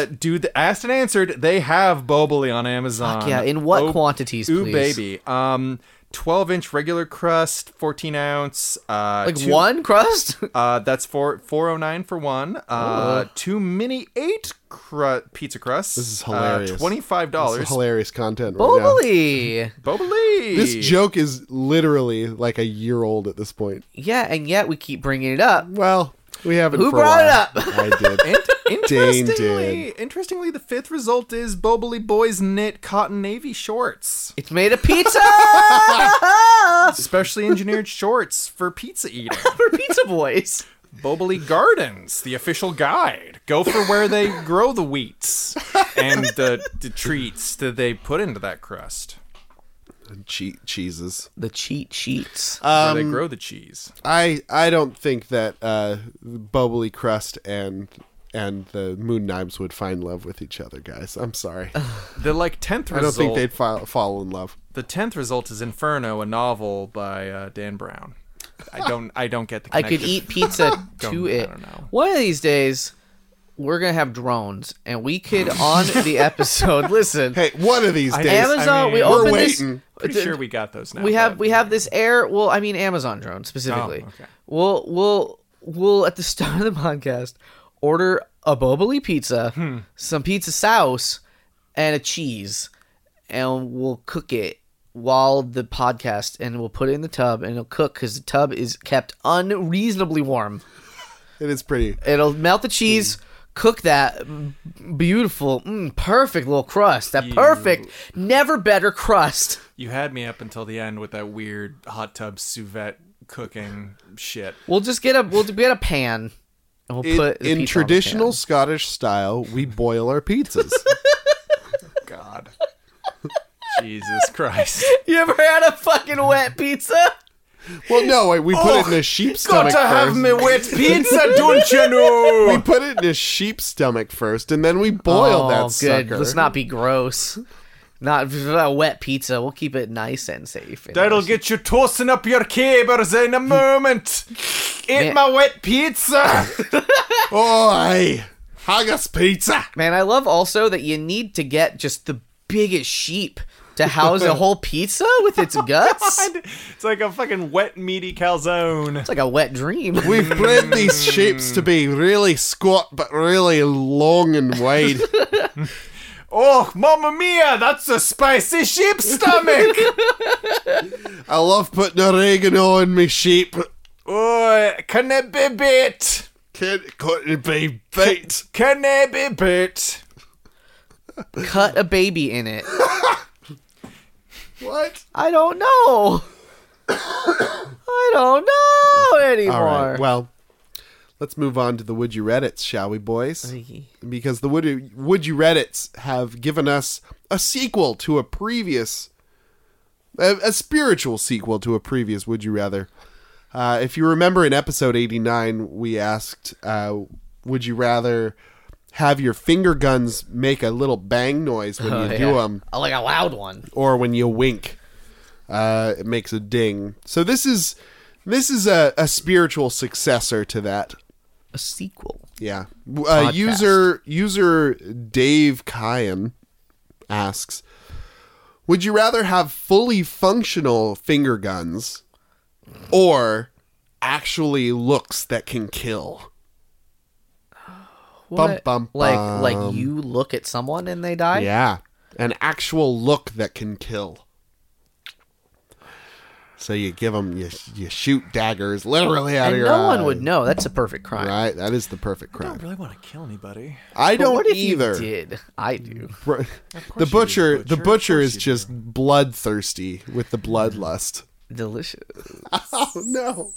A: croissants.
C: dude, the asked and answered. They have Boboli on Amazon.
A: yeah, in what
C: Oh,
A: quantities,
C: Ooh,
A: please?
C: baby. Um, twelve inch regular crust, fourteen ounce. Uh,
A: like
C: two-
A: one crust.
C: Uh, that's four four oh nine for one. Uh, two mini eight cru- pizza crusts. This
B: is hilarious.
C: Uh, Twenty five
B: This is
C: dollars.
B: hilarious content right now.
A: Bobly.
C: Boboli.
B: This joke is literally like a year old at this point.
A: Yeah, and yet we keep bringing it up.
B: Well, we haven't.
A: Who
B: for a
A: brought it
B: while.
A: up?
B: I did. Dane
C: Interestingly,
B: did.
C: interestingly, the fifth result is Boboli Boys knit cotton navy shorts,
A: It's made of pizza
C: specially engineered shorts for pizza eating.
A: for pizza boys.
C: Boboli Gardens, the official guide. Go for where they grow the wheats and the, the treats that they put into that crust.
B: Cheat cheeses.
A: The cheat sheets.
C: where they grow the cheese.
B: I I don't think that uh, bubbly crust and and the moon knives would find love with each other, guys. I'm sorry. I
C: The like tenth result.
B: don't think they'd fall, fall in love.
C: The tenth result is Inferno, a novel by uh, Dan Brown. I don't. I don't get the.
A: I could
C: connection.
A: eat pizza to
C: Don't- I
A: it.
C: don't know.
A: One of these days, we're gonna have drones, and we could on the episode. Listen,
B: Hey, one of these days.
A: Amazon.
C: mean,
A: we
C: we're
A: open
B: waiting.
A: this.
C: Pretty sure we got those now.
A: we have
C: but-
A: we have this air. Well, I mean Amazon drone specifically.
C: Oh, okay.
A: We'll we'll we'll at the start of the podcast order a Boboli pizza,
C: Hmm.
A: some pizza sauce, and a cheese, and we'll cook it while the podcast, and we'll put it in the tub, and it'll cook because the tub is kept unreasonably warm.
B: it is pretty.
A: It'll melt the cheese. Cook that mm, beautiful, mm, perfect little crust. That perfect, never better crust.
C: You had me up until the end with that weird hot tub sous vide cooking shit.
A: We'll just get a we'll get a pan and we'll
B: In,
A: put the pizza on
B: in
A: the
B: traditional
A: pan.
B: Scottish style, we boil our pizzas.
C: God. Jesus Christ.
A: You ever had a fucking wet pizza?
B: well, no, wait, we put it in
A: Oh,
B: a sheep's stomach first.
C: wet pizza, don't you know?
B: we put it in a sheep's stomach first, and then we boil
A: oh,
B: that
A: good.
B: sucker.
A: Let's not be gross. Not a wet pizza. We'll keep it nice and safe. and
C: That'll
A: nice.
C: get you tossing up your cabers in a moment. Eat my wet pizza.
B: Oi, haggis pizza.
A: Man, I love also that you need to get just the biggest sheep to house a whole pizza with its guts. It's
C: it's like a fucking wet meaty calzone.
A: like a wet dream.
B: We've bred these shapes to be really squat, but really long and wide.
C: Oh, mamma mia, that's a spicy sheep stomach.
B: I love putting oregano on my sheep.
C: oh, can it be bit?
B: Can could it be beat?
C: Can it be bit?
A: Cut a baby in it.
B: What?
A: I don't know. I don't know anymore.
B: All right. Well, let's move on to the would you reddits, shall we, boys? Because the would you, would you reddits have given us a sequel to a previous, a, a spiritual sequel to a previous would you rather. Uh, if you remember in episode 89, we asked, uh, would you rather have your finger guns make a little bang noise when
A: Oh,
B: you do 'em? do um,
A: yeah.
B: them
A: Oh, like a loud one.
B: or when you wink, uh, it makes a ding. So this is this is a, a spiritual successor to that.
A: A sequel.
B: Yeah. Uh,
A: Podcast.
B: user user Dave Kyan asks, "Would you rather have fully functional finger guns or actually looks that can kill.
A: What?
B: bum,
A: Like like
B: bum.
A: you look at someone and they die.
B: Yeah. An actual look that can kill. So you give them, you, you shoot daggers literally
A: And
B: out of
A: no
B: your
A: one
B: eye.
A: would know. That's a perfect crime.
B: Right? That is the perfect
C: I don't
B: crime.
C: really want to kill anybody.
B: I
A: But
B: don't
A: what if
B: either.
A: you did? I do.
B: Bro-
C: course
B: The
C: you do,
B: butcher, the
C: butcher. Of
B: butcher
C: course
B: is
C: you do.
B: just bloodthirsty with the bloodlust.
A: Delicious.
B: Oh no!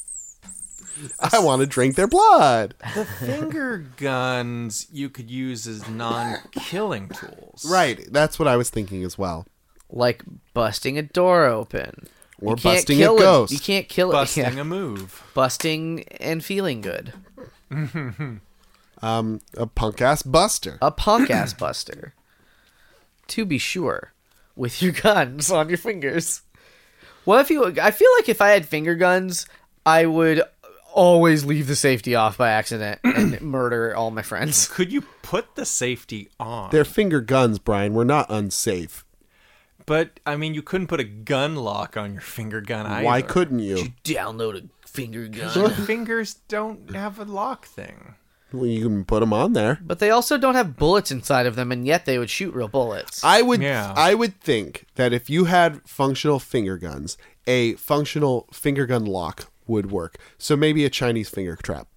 B: I want to drink their blood.
C: The finger guns you could use as non-killing tools.
B: Right, that's what I was thinking as well.
A: Like busting a door open.
B: Or
A: You can't
B: busting a
A: kill
B: ghost.
A: You can't kill it.
C: Busting
A: yeah.
C: a move.
A: busting and feeling good.
B: Um, a punk ass buster.
A: A punk ass buster. To be sure, with your guns on your fingers. What if you? I feel like if I had finger guns, I would always leave the safety off by accident and murder all my friends.
C: Could you put the safety on?
B: They're finger guns, Brian. We're not unsafe.
C: But I mean, you couldn't put a gun lock on your finger gun either.
B: Why couldn't you?
A: Download a finger
C: Your
A: gun.
C: fingers don't have a lock thing.
B: Well, you can put them on there.
A: But they also don't have bullets inside of them, and yet they would shoot real bullets.
B: I would
C: Yeah.
B: I would think that if you had functional finger guns, a functional finger gun lock would work. So maybe a Chinese finger trap.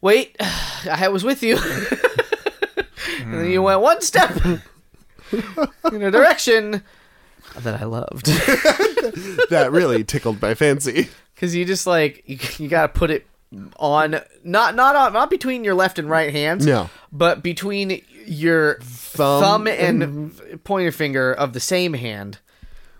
A: Wait, I was with you. and then you went one step in a direction that I loved.
B: That really tickled my fancy.
A: Because you just like, you, you got to put it on, not not on, not between your left and right hands.
B: No.
A: But between your
B: Thumb.
A: thumb, and f- pointer finger of the same hand.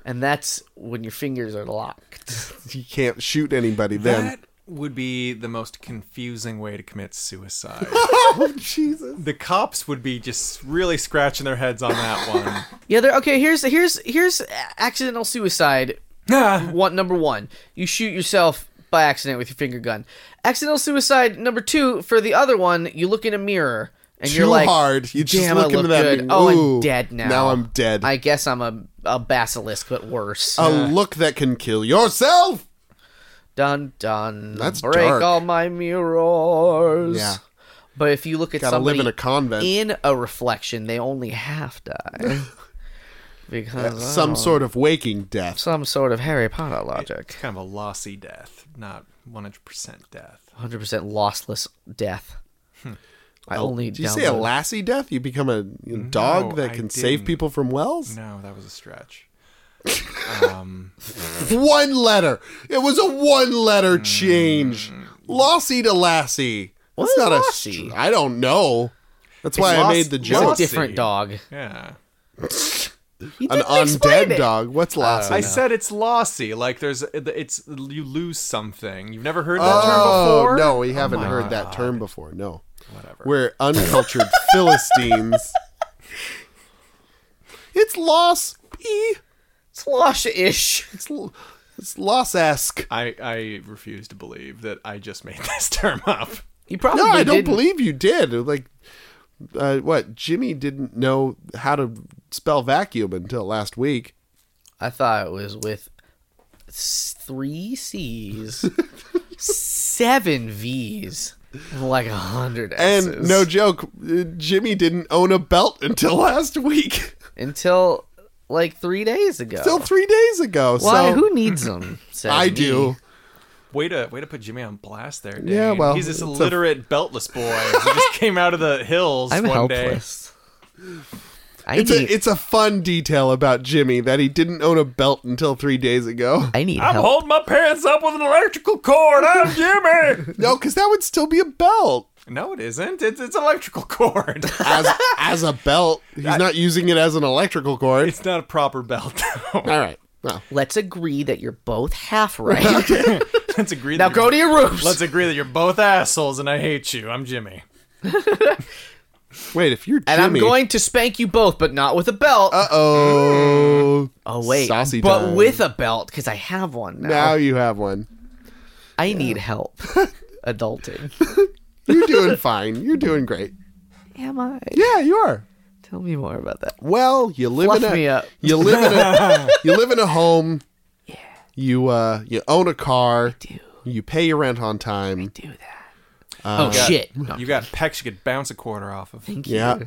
A: And that's when your fingers are locked.
B: You can't shoot anybody then.
C: That would be the most confusing way to commit suicide.
B: oh Jesus.
C: the cops would be just really scratching their heads on that one.
A: Yeah, they're okay. Here's here's here's accidental suicide
C: Ah,
A: One number one, you shoot yourself by accident with your finger gun. Accidental suicide number two. For the other one, you look in a mirror and
B: Too
A: you're like,
B: hard. You just
A: "Damn, I
B: look into
A: look
B: that
A: good.
B: mirror.
A: Oh,
B: Ooh,
A: I'm dead now.
B: now I'm dead."
A: I guess I'm a a basilisk, but worse.
B: A look that can kill yourself.
A: dun dun.
B: That's
A: break
B: dark.
A: all my mirrors.
B: Yeah.
A: But if you look at
B: Gotta live
A: somebody
B: in a convent.
A: in a reflection, they only half die because
B: Some sort of waking death.
A: some sort of Harry Potter logic.
C: kind of a lossy death, not 100% death.
A: 100% lossless death. I only
B: Did you say a
A: downloaded-
B: lassie death? You become a dog that
C: I
B: can save
C: didn't.
B: people from wells?
C: No, that was a stretch.
B: One letter. It was a one letter change. Lossy to Lassie. That's
A: is
B: not a.
A: Lassie?
B: str- I don't know. That's why I
C: Loss-
B: made the
C: Loss-
A: It's a
B: joke.
C: Lossy.
A: different dog.
C: Yeah.
A: You
B: An
A: didn't explain
B: undead
A: it.
B: dog. What's Lassie?
C: Uh, I said it's lossy. Like there's, it's you lose something. You've never heard that
B: oh
C: term before.
B: no, we haven't heard that term before. No,
C: Whatever.
B: we're uncultured Philistines. It's loss.
A: Slosh ish.
B: It's l- it's loss-esque.
C: I I refuse to believe that I just made this term up.
A: You probably
B: No, I don't
A: didn't.
B: believe you did. Like, uh, what? Jimmy didn't know how to spell vacuum until last week.
A: I thought it was with s- three C's, seven V's, and like a hundred S's.
B: And no joke, uh, Jimmy didn't own a belt until last week,
A: Until like three days ago.
B: till three days ago.
A: Oh. Why?
B: so
A: Who needs them? said
B: I
A: me.
B: do.
C: Way to way to put Jimmy on blast there, Dane.
B: Yeah, well,
C: he's this
B: it's a-
C: illiterate, beltless boy who just came out of the hills
A: I'm
C: one
A: helpless. I
B: It's
A: need,
B: a it's a fun detail about Jimmy that he didn't own a belt until three days ago.
A: I need
C: day. I'm
A: help.
C: holding my pants up with an electrical cord. I'm Jimmy.
B: No, because that would still be a belt.
C: no, it isn't. It's it's electrical cord.
B: As as a belt, he's not using it as an electrical cord.
C: it's not a proper belt. Though.
B: All right. Well,
A: Let's agree that you're both half right.
C: Let's agree.
A: Now
C: that
A: go
C: you're-
A: to your rooms.
C: Let's agree that you're both assholes and I hate you. I'm Jimmy.
B: wait, if you're
A: and I'm
B: Jimmy,
A: going to spank you both, but not with a belt.
B: oh,
A: oh wait,
B: saucy
A: but
B: time.
A: with a belt because I have one now.
B: now you have one.
A: I need help. Adulting.
B: You're doing fine. You're doing great.
A: Am I?
B: Yeah, you are.
A: Tell me more about that.
B: Well, you live
A: Fluff
B: in a
A: me up.
B: you live in a you live in a home. You uh you own a car.
A: Do
B: You pay your rent on time.
A: Do that. oh shit! No,
C: You got pecs you could bounce a quarter off of.
A: thank you.
B: Yeah.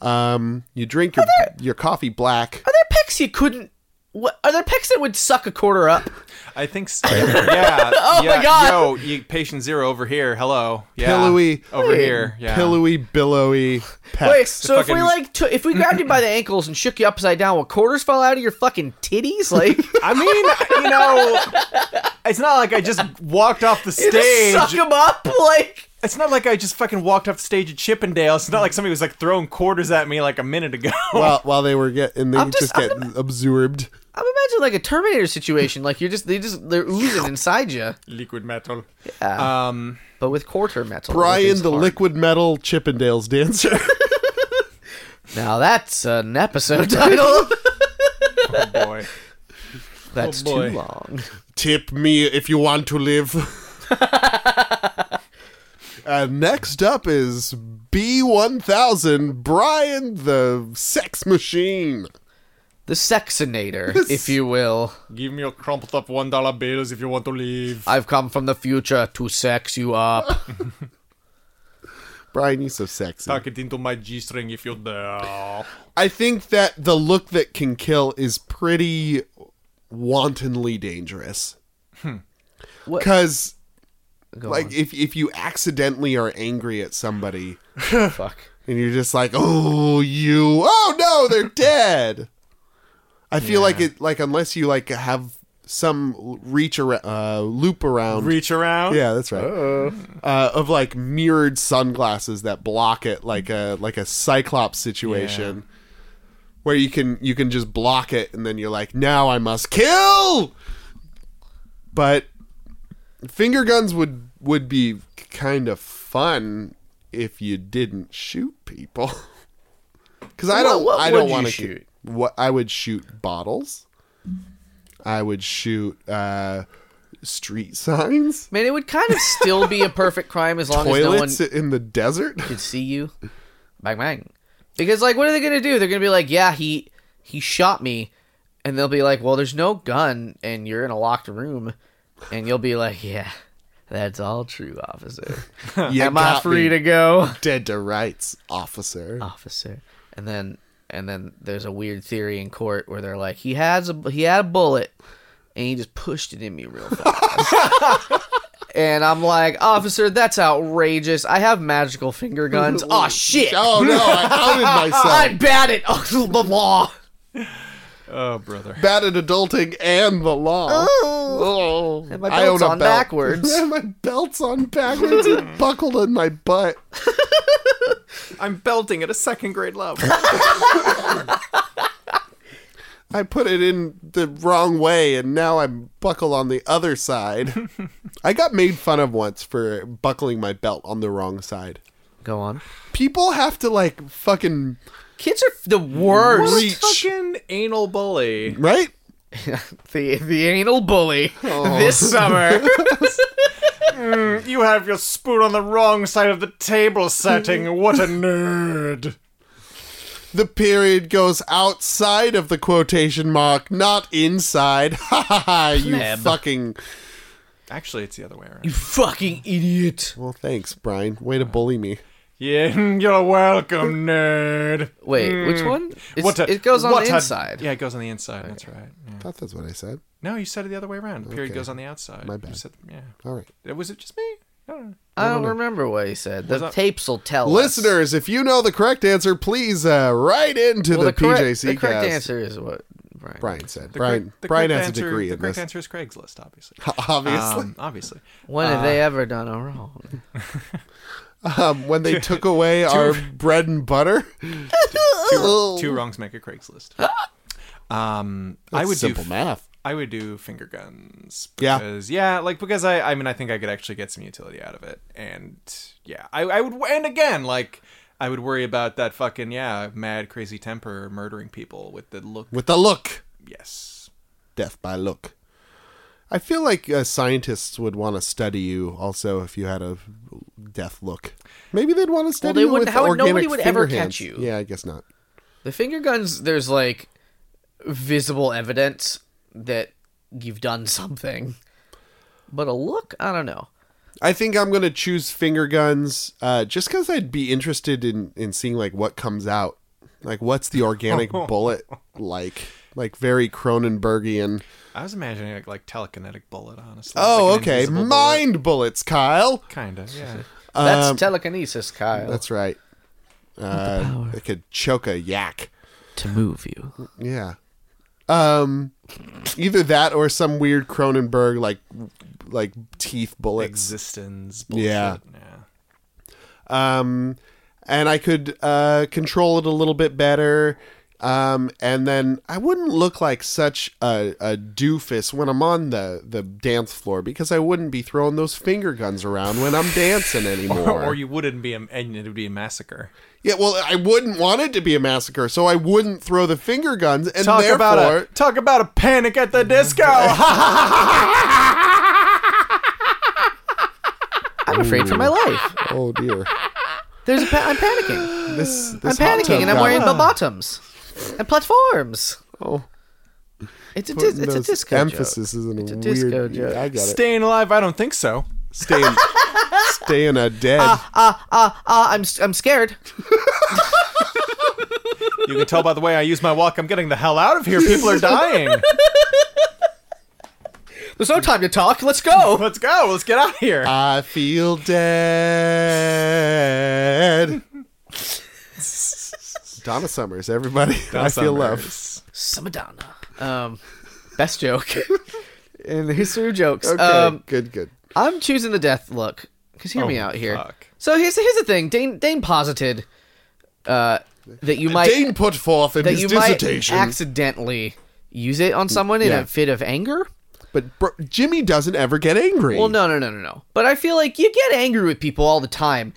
B: Um, you drink your your coffee black.
A: Are there pecs you couldn't? What are there pecs that would suck a quarter up?
C: I think so. yeah.
A: Oh my
C: yeah,
A: God.
C: Yo, you, patient zero over here. Hello. Yeah.
B: Pillowy.
C: over here. Yeah.
B: Pillowy, billowy pecs.
A: Wait, so if we
C: fucking-
A: like, t- if we grabbed you by the ankles and shook you upside down, will quarters fall out of your fucking titties? Like,
C: I mean, you know, it's not like I just walked off the
A: you just
C: stage.
A: suck them up? Like,
C: It's not like I just fucking walked off the stage at Chippendale. It's not like somebody was like throwing quarters at me like a minute ago.
B: while while they were getting, they
A: I'm just-
B: just, get absorbed.
A: I'm imagining like a Terminator situation. Like you're just they just they're oozing inside you,
C: Liquid metal. Um,
A: but with quarter metal.
B: Brian,
A: everything's
B: the
A: hard.
B: liquid metal Chippendales dancer.
A: Now that's an episode title.
C: oh boy.
A: that's
C: boy.
A: too long.
B: Tip me if you want to live. uh, next up is B1000, Brian the Sex Machine.
A: The Sexinator, if you will.
C: Give me your crumpled up one dollar bills if you want to leave.
A: I've come from the future to sex you up.
B: Brian, you so sexy.
C: Tuck it into my G string if you're there.
B: I think that the look that can kill is pretty wantonly dangerous.
A: What-
B: Because
A: Go
B: like if if you accidentally are angry at somebody
A: on, fuck.
B: and you're just like, "Oh, you. Oh no, they're dead." I feel like it like unless you like have some reach around uh loop around
C: Reach around.
B: yeah, that's right. Uh, of like mirrored sunglasses that block it, like a like a cyclops situation, where you can you can just block it, and then you're like, now I must kill. But finger guns would would be kind of fun if you didn't shoot people. Because I
A: What-
B: don't
A: what
B: I
A: would
B: don't
A: you
B: want to
A: shoot?
B: What I would shoot bottles. I would shoot uh, street signs
A: Man, it would kind of still be a perfect crime as long as
B: toilets
A: no one
B: in the desert.
A: could see you. Bang bang. Because like what are they gonna do? They're gonna be like, Yeah, he he shot me and they'll be like, Well, there's no gun and you're in a locked room and you'll be like, Yeah, that's all true, officer.
B: You
A: Am I
B: got
A: free
B: me
A: to go?
B: dead to rights, officer?
A: Uh, officer. And then and then there's a weird theory in court where they're like, he has a he had a bullet, and he just pushed it in me real fast. and I'm like, officer, that's outrageous. I have magical finger guns. oh shit!
B: Oh no, I outed myself.
A: I'm bad at the law.
C: Oh brother.
B: Bad at adulting and the law.
A: Oh. And my belt's on backwards.
B: Yeah, my belt's on backwards and buckled on my butt.
C: I'm belting at a second grade level.
B: I put it in the wrong way and now I'm buckled on the other side. I got made fun of once for buckling my belt on the wrong side.
A: Go on.
B: People have to like fucking
A: Kids are the worst.
B: reach,
C: Fucking anal bully.
B: right?
A: the the anal bully
C: Oh.
A: this summer.
C: Mm, You have your spoon on the wrong side of the table setting. What a nerd.
B: The period goes outside of the quotation mark, not inside. Ha ha ha, you
A: Pleb.
B: fucking.
C: Actually, it's the other way around.
A: you fucking idiot.
B: Well, thanks, Brian. Way to bully me.
C: Yeah, you're welcome, nerd.
A: Wait, which one? It's, it goes on
C: Hmm. what
A: the
C: a-
A: inside.
C: yeah, it goes on the inside. That's right. yeah.
B: thought that's what I said.
C: No, you said it the other way around. The period
B: Okay.
C: goes on the outside.
B: My
C: You
B: bad.
C: said- yeah.
B: All right.
C: Uh, Was it just me? I don't know.
A: I don't remember what he said. The
C: that-
A: tapes will tell us.
B: Listeners, if you know the correct answer, please uh, write into
A: Well,
B: the,
A: correct-
B: PJC
A: The correct
B: cast.
A: answer is what Brian.
B: Brian said.
C: The
B: Brian,
C: correct- the
B: Brian
C: correct
B: has
C: answer-
B: a degree
C: The
B: in
C: correct
B: this.
C: answer is Craigslist, obviously.
B: Obviously,
C: Um, obviously.
A: When have
B: Ah.
A: they ever done a wrong?
B: um, when they took away our bread and butter,
C: Two, two wrongs make a Craigslist. Um, I would do
B: simple math.
C: I would do finger guns.
B: Yeah.
C: Because, yeah. like because I, I mean, I think I could actually get some utility out of it, and yeah, I, I would, and again, like I would worry about that fucking yeah, mad crazy temper murdering people with the look.
B: with a look.
C: yes.
B: death by look. I feel like uh, scientists would want to study you also if you had a death look. Maybe they'd want to study
A: they
B: you
A: wouldn't-
B: with
A: how would-
B: organic
A: nobody would ever
B: finger hands.
A: catch you.
B: Yeah, I guess not.
A: the finger guns. There's like visible evidence that you've done something. but a look, I don't know.
B: I think I'm gonna choose finger guns, uh, just because I'd be interested in in seeing like what comes out, like what's the organic bullet like, like very Cronenbergian.
C: I was imagining like, like telekinetic bullet, honestly.
B: Oh,
C: Like an
B: okay,
C: invisible
B: mind bullets, Kyle.
C: bullet. Kinda, yeah.
A: That's telekinesis, Kyle.
B: Um, That's right. Uh, it could choke a yak.
A: to move you.
B: Yeah. Um, either that or some weird Cronenberg like like teeth bullets.
C: Existence. Bullshit.
B: Yeah.
C: yeah.
B: um, and I could uh, control it a little bit better. Um, and then I wouldn't look like such a, a doofus when I'm on the, the dance floor because I wouldn't be throwing those finger guns around when I'm dancing anymore.
C: Or you wouldn't be, a, and it would be a massacre.
B: yeah, well, I wouldn't want it to be a massacre, so I wouldn't throw the finger guns, and
C: Talk
B: therefore,
C: about a talk about a panic at the disco.
A: I'm afraid for my life.
B: oh dear,
A: There's a pa- I'm panicking.
B: this,
A: I'm
B: this hot tub
A: panicking, and I'm
B: got-
A: wearing bell bottoms and platforms.
B: oh,
A: It's a dis- it's a
B: those
A: disco joke.
B: emphasis isn't
A: a
B: weird.
A: disco joke.
B: Yeah, I got it.
C: Staying alive? I don't think so.
B: Staying, staying a dead.
A: Uh, I'm s- I'm scared.
C: You can tell by the way I use my walk. I'm getting the hell out of here. People are dying.
A: There's no time to talk. Let's go.
C: Let's go. Let's get out of here.
B: I feel dead. Donna Summers, everybody. I feel love.
A: Samadana. Um, best joke in the history of jokes. Um,
B: good, good.
A: I'm choosing the death look. Cause hear
B: Oh,
A: me out here.
C: fuck.
A: So here's here's the thing. Dane Dane posited uh, that you might
B: Dane put forth in
A: that
B: his
A: you might
B: dissertation,
A: accidentally use it on someone in
B: Yeah.
A: a fit of anger.
B: but bro, Jimmy doesn't ever get angry.
A: Well, no, no, no, no, no. But I feel like you get angry with people all the time.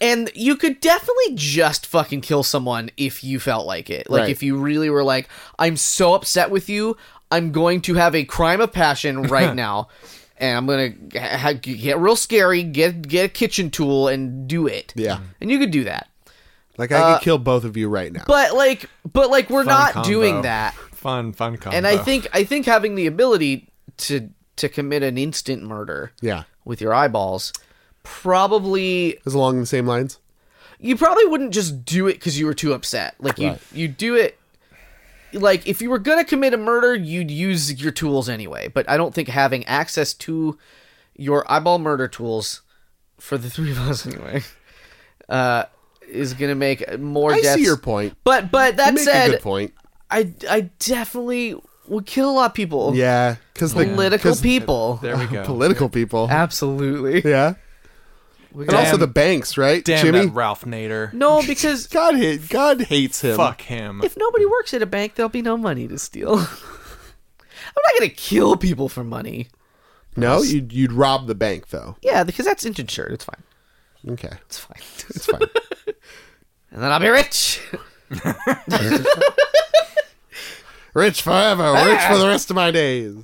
A: And you could definitely just fucking kill someone if you felt like it. Like,
B: Right.
A: if you really were like, I'm so upset with you, I'm going to have a crime of passion right now. And I'm going to ha- get real scary, get, get a kitchen tool, and do it.
B: Yeah.
A: And you could do that.
B: Like I could kill both of you right now.
A: uh, But, like, but, like, we're not
C: combo.
A: doing that.
C: Fun, fun combo.
A: And I think, I think having the ability to, to commit an instant murder
B: yeah,
A: with your eyeballs probably
B: it's along the same lines.
A: you probably wouldn't just do it because you were too upset like you
B: Right.
A: you do it like if you were gonna commit a murder you'd use your tools anyway but i don't think having access to your eyeball murder tools for the three of us anyway uh is gonna make more
B: I
A: deaths
B: see your point.
A: but but that
B: You make a
A: said
B: good point.
A: i i definitely would kill a lot of people
B: Yeah, because the
A: political
B: 'cause-
A: people
C: there we go.
B: political people.
A: absolutely
B: Yeah,
A: We
B: and
A: gotta-
B: also the banks, right,
C: Damn
B: Jimmy?
C: that Ralph Nader.
A: no because
B: God hate, God hates him.
C: Fuck him.
A: if nobody works at a bank, there'll be no money to steal. I'm not gonna kill people for money.
B: No, you'd you'd rob the bank though.
A: Yeah, because that's insured. It's fine.
B: Okay,
A: It's fine.
B: it's fine.
A: and then I'll be rich.
B: Rich forever, rich for the rest of my days.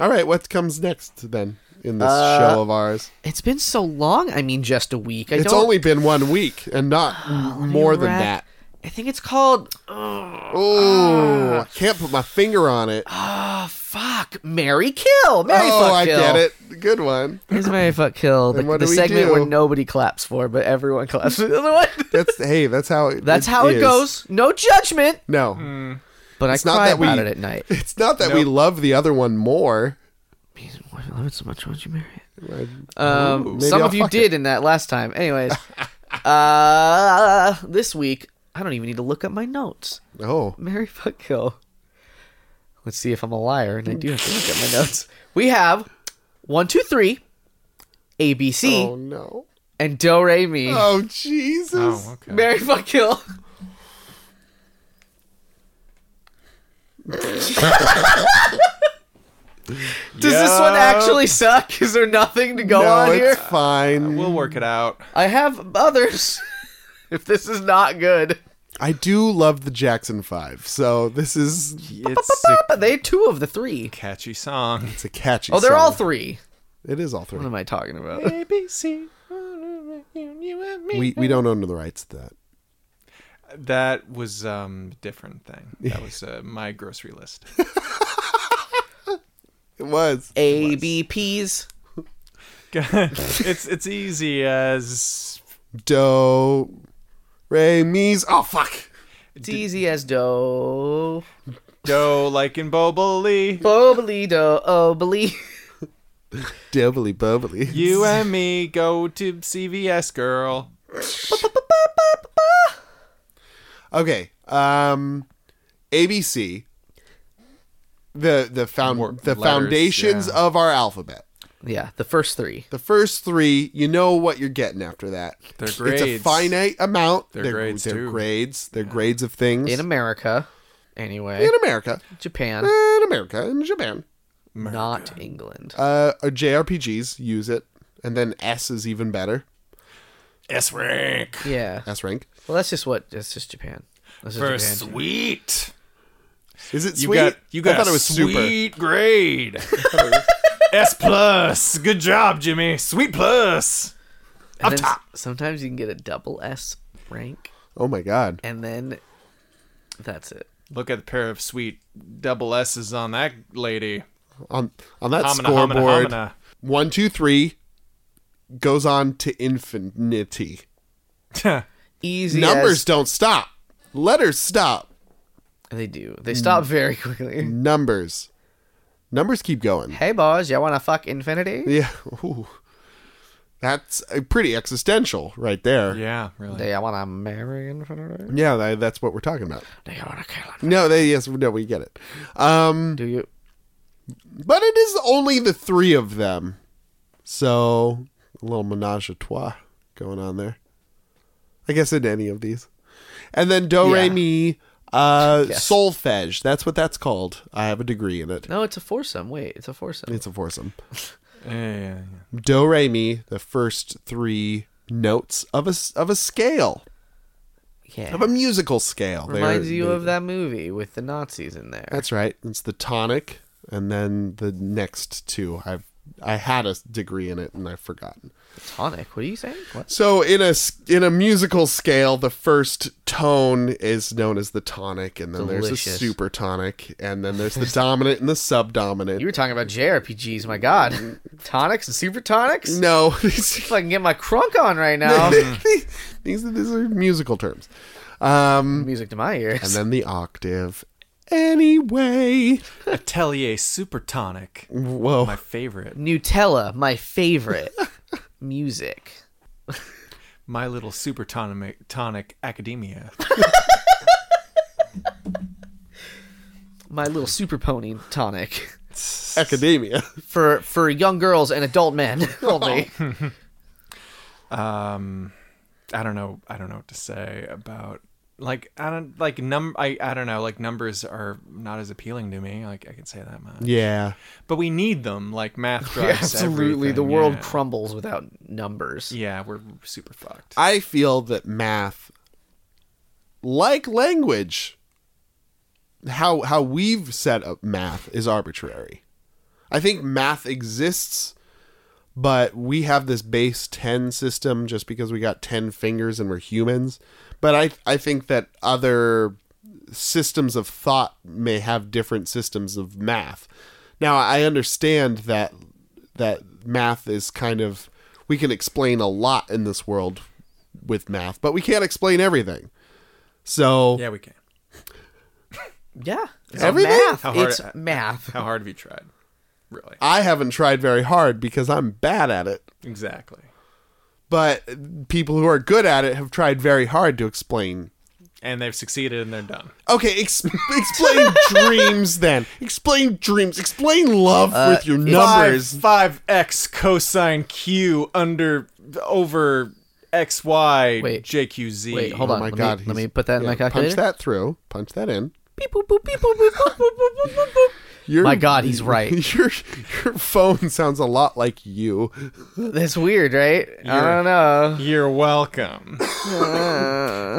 B: All right, what comes next then in this show of ours?
A: It's been so long. I mean, just a week. I
B: It's
A: don't,
B: only been one week and not m- more than
A: rack-
B: that.
A: I think it's called.
B: Oh, I can't put my finger on it.
A: ah, Fuck, Mary Kill. Mary
B: Ah. oh,
A: Fuck
B: I
A: Kill.
B: get it. Good one.
A: It's Mary Fuck Kill. The,
B: And what
A: the
B: do we
A: segment
B: do?
A: where nobody claps for, but everyone claps for the other one.
B: That's hey, that's how it,
A: That's how it
B: is.
A: goes. No judgment.
B: No,
C: Hmm.
A: But
B: It's
A: I
B: not
A: cry
B: that we-
A: about it at night.
B: it's not that we love the other one more.
A: Why do you love it so much? Why don't you marry it?
B: I-
A: Um,
B: Maybe
A: some
B: I'll
A: of you
B: fuck
A: did in that last time. Anyways, uh, this week I don't even need to look up my notes.
B: Oh,
A: Mary fuck kill. Let's see if I'm a liar, and I do have to look at my notes. We have one, two, three, ABC,
B: oh no.
A: and Do Re Mi.
B: Oh Jesus.
C: oh, okay.
A: Mary fuck kill. Does this one
C: Yeah.
A: actually suck? Is there nothing to go
B: no,
A: on
B: it's
A: here?
B: fine.
C: We'll work it out.
A: I have others. if this is not good,
B: I do love the Jackson Five, so this is
C: It's a
A: but they two of the three.
C: catchy song.
B: it's a catchy.
A: Oh, they're all
B: song.
A: three.
B: It is all three.
A: What am I talking about?
C: ABC. You and me.
B: We we don't own the rights to that.
C: That was um different thing. That was uh, my grocery list.
B: It was.
A: ABPs.
C: it's it's easy as
B: Do, re, mi's. Oh, fuck.
A: It's easy as do.
C: dough, like in E. Boboli.
A: Bobbly do. Obbly.
B: Dibbly bubbly.
C: You and me go to CVS, girl.
B: Okay. Um, ABC. The the found
C: Wor-
B: the
C: letters,
B: foundations
C: yeah.
B: of our alphabet.
A: Yeah, the first three.
B: The first three, you know what you're getting after that.
C: They're
B: It's a
C: grades.
B: finite amount.
C: They're grades,
B: They're
C: too.
B: grades. They're grades of things
A: In America, anyway.
B: in America,
A: Japan,
B: in America, in Japan.
A: not England.
B: Uh, uh, JRPGs use it, and then S is even better.
C: S rank
A: Yeah.
B: S rank.
A: Well, that's just what. That's just Japan. That's just
C: for
A: Japan.
C: sweet.
B: Is it
C: You
B: sweet?
C: got you got
B: I thought
C: a
B: it was super.
C: sweet grade. S plus. Good job, Jimmy. Sweet plus.
A: And then
C: top.
A: s- Sometimes you can get a double S rank,
B: Oh my god.
A: and then that's it.
C: Look at the pair of sweet double S's on that lady.
B: On on that
C: Homina, homina,
B: scoreboard,
C: homina.
B: one, two, three goes on to infinity.
A: Easy
B: Numbers
A: as-
B: don't stop. Letters stop.
A: They do. They stop very quickly.
B: Numbers. Numbers keep going.
A: Hey, boys, you want to fuck infinity?
B: Yeah. Ooh. That's uh, pretty existential right there. Yeah,
C: yeah, really.
A: Do you want to marry infinity?
B: tha- that's what we're talking about.
A: Do you want to kill infinity?
B: No, they, yes, no, we get it. Um,
A: Do you?
B: but it is only the three of them. So a little menage a trois going on there. I guess in any of these. And then do re
A: Yeah.
B: mi uh
A: Yes.
B: solfege. That's what that's called. I have a degree in it.
A: No, it's a foursome. Wait, it's a foursome.
B: It's a foursome.
C: Yeah, yeah, yeah.
B: Do re mi, the first three notes of a s- of a scale,
A: Yeah.
B: of a musical scale. They're-
A: Reminds you
B: they-
A: of that movie with the Nazis in there.
B: That's right. It's the tonic, and then the next two. I've I had a degree in it, and I've forgotten.
A: Tonic. What are you saying? What?
B: So in a s- in a musical scale, the first tone is known as the tonic, and then
A: Delicious.
B: there's a super tonic, and then there's the dominant and the subdominant.
A: You were talking about JRPGs. My God, tonics and super tonics.
B: no, these,
A: If I can get my crunk on right now,
B: these are- these are musical terms. Um,
A: music to my
B: and
A: ears.
B: then the octave. Anyway,
C: Atelier Supertonic.
B: whoa,
C: My favorite.
A: Nutella, my favorite music.
C: My Little Supertonic Tonic Academia.
A: My little super pony tonic
B: academia.
A: for for young girls and adult men
C: Oh,
A: only.
C: um i don't know i don't know what to say about like i don't like num i i don't know like numbers are not as appealing to me like i can say that
A: Mm.
C: much
B: Yeah,
C: but we need them like math drives
A: Absolutely, the
C: everything,
A: world
C: yeah.
A: crumbles without numbers.
C: yeah we're super fucked
B: I feel that math, like language, how how we've set up math is arbitrary. I think math exists, but we have this base ten system just because we got ten fingers and we're humans. But I I think that other systems of thought may have different systems of math. Now I understand that that math is kind of we can explain a lot in this world with math, but we can't explain everything. So
C: yeah we can
A: Yeah, it's
B: Everything?
A: math.
C: How hard-
A: it's math.
C: how hard have you tried really
B: I haven't tried very hard because I'm bad at it.
C: exactly
B: But people who are good at it have tried very hard to explain.
C: and they've succeeded and they're done
B: Okay, ex- explain dreams then. Explain dreams. Explain love
A: Uh,
B: with your numbers.
C: five, five x cosine q under over x y
A: Wait.
C: jqz
A: Wait, hold
B: Oh
A: on.
B: my
A: let
B: god.
A: Me,
B: he's-
A: let me put that in
B: yeah,
A: my calculator.
B: Punch that through. Punch that in.
A: Beep, boop, boop, beep, boop, boop, boop, boop, boop, boop, boop.
B: Your-
A: My God, he's right.
B: Your your phone sounds a lot like you.
A: That's weird, right? I don't know.
C: You're welcome.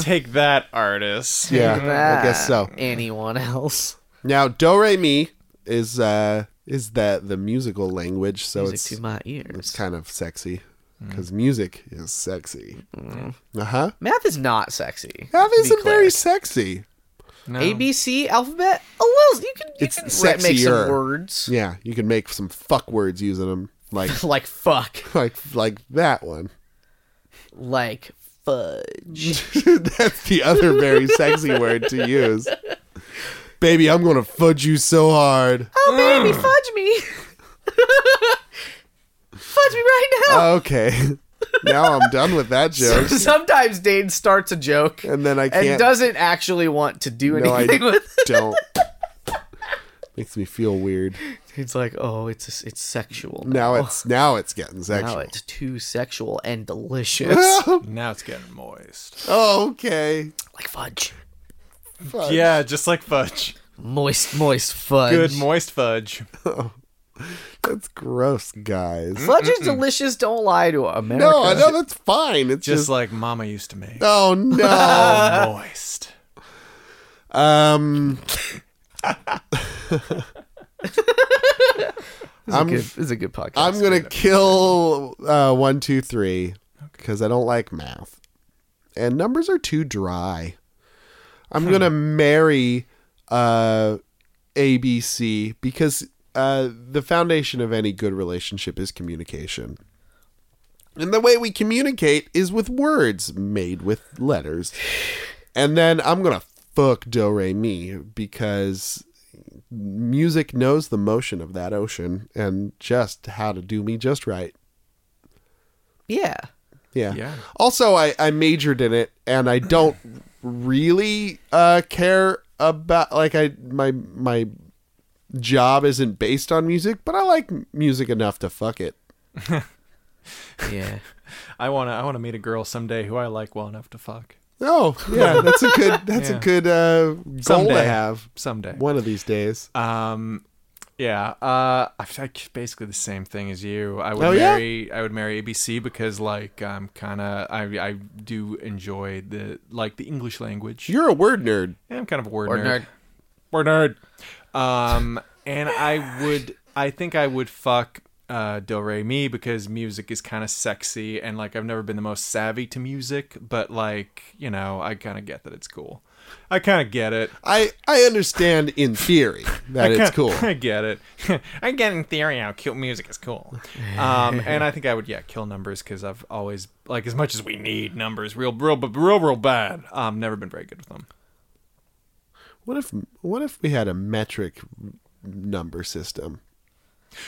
C: Take that, artist.
B: Yeah,
A: That
B: I guess so.
A: Anyone else?
B: Now do re mi is uh is that the musical language, so
A: Music
B: it's
A: to my
B: it's
A: ears.
B: kind of sexy
A: Mm.
B: because music is sexy. Uh huh.
A: Math is not sexy. to
B: That
A: Mm-hmm. be
B: isn't
A: clear.
B: very sexy.
C: No.
A: ABC alphabet. Oh, well, you can you
B: It's
A: can re- make some
B: sexier.
A: words
B: Yeah, you can make some fuck words using them, like
A: like fuck,
B: like like that one.
A: like fudge.
B: That's the other very sexy word to use. Baby, I'm gonna fudge you so hard.
A: Oh, baby,
B: Mm.
A: fudge me. fudge me right now.
B: Okay, now I'm done with that joke,
A: Sometimes Dane starts a joke and
B: Oh, and then I can't.
A: doesn't actually want to do
B: No, I
A: anything with it.
B: don't. Makes me feel weird.
A: It's like, oh, it's it's sexual.
B: Now it's now it's getting
A: now
B: sexual.
A: it's too sexual and delicious.
C: Now it's getting moist.
B: okay.
A: like fudge,
B: Fudge.
C: Yeah, just like fudge.
A: moist, moist fudge.
C: Good moist fudge.
B: That's gross, guys.
A: fudge is delicious. Don't lie to America.
B: No, I know that's fine. It's just, Ah.
C: Just like mama used to make.
B: oh no.
C: Oh, moist.
B: Um,
A: This is,
B: I'm-
A: a good, this is a good podcast.
B: I'm gonna kill uh, one, two, three because I don't like math, and numbers are too dry. I'm gonna marry uh, ABC because uh, the foundation of any good relationship is communication. And the way we communicate is with words made with letters. And then I'm going to fuck Do Re Mi because music knows the motion of that ocean and just how to do me just right.
A: Yeah.
B: Yeah.
C: Yeah.
B: Also, I, I majored in it and I don't really uh, care about, like, I my my job isn't based on music, but I like m- music enough to fuck it.
A: Yeah.
C: I wanna I wanna meet a girl someday who I like well enough to fuck.
B: Oh, yeah, that's a good that's a
C: Yeah.
B: good uh, goal to
C: Someday.
B: have
C: Someday.
B: one of these days.
C: Um, yeah. Uh, I feel like basically the same thing as you. I would
B: Oh, yeah?
C: marry. I would marry ABC because like I'm kind of I I do enjoy the like the English language.
B: You're a word nerd.
C: I'm kind of a word
A: Or
C: nerd.
A: nerd.
C: Word nerd. Um, and I would. I think I would fuck. Uh, Do Re Mi because music is kind of sexy and like I've never been the most savvy to music, but like you know I kind of get that it's cool. I kind of get it.
B: I I understand in theory that it's cool.
C: I get it. I get in theory how cute music is cool. Um, and I think I would yeah kill numbers because I've always like as much as we need numbers real real but real real bad. Um, never been very good with them.
B: What if what if we had a metric number system?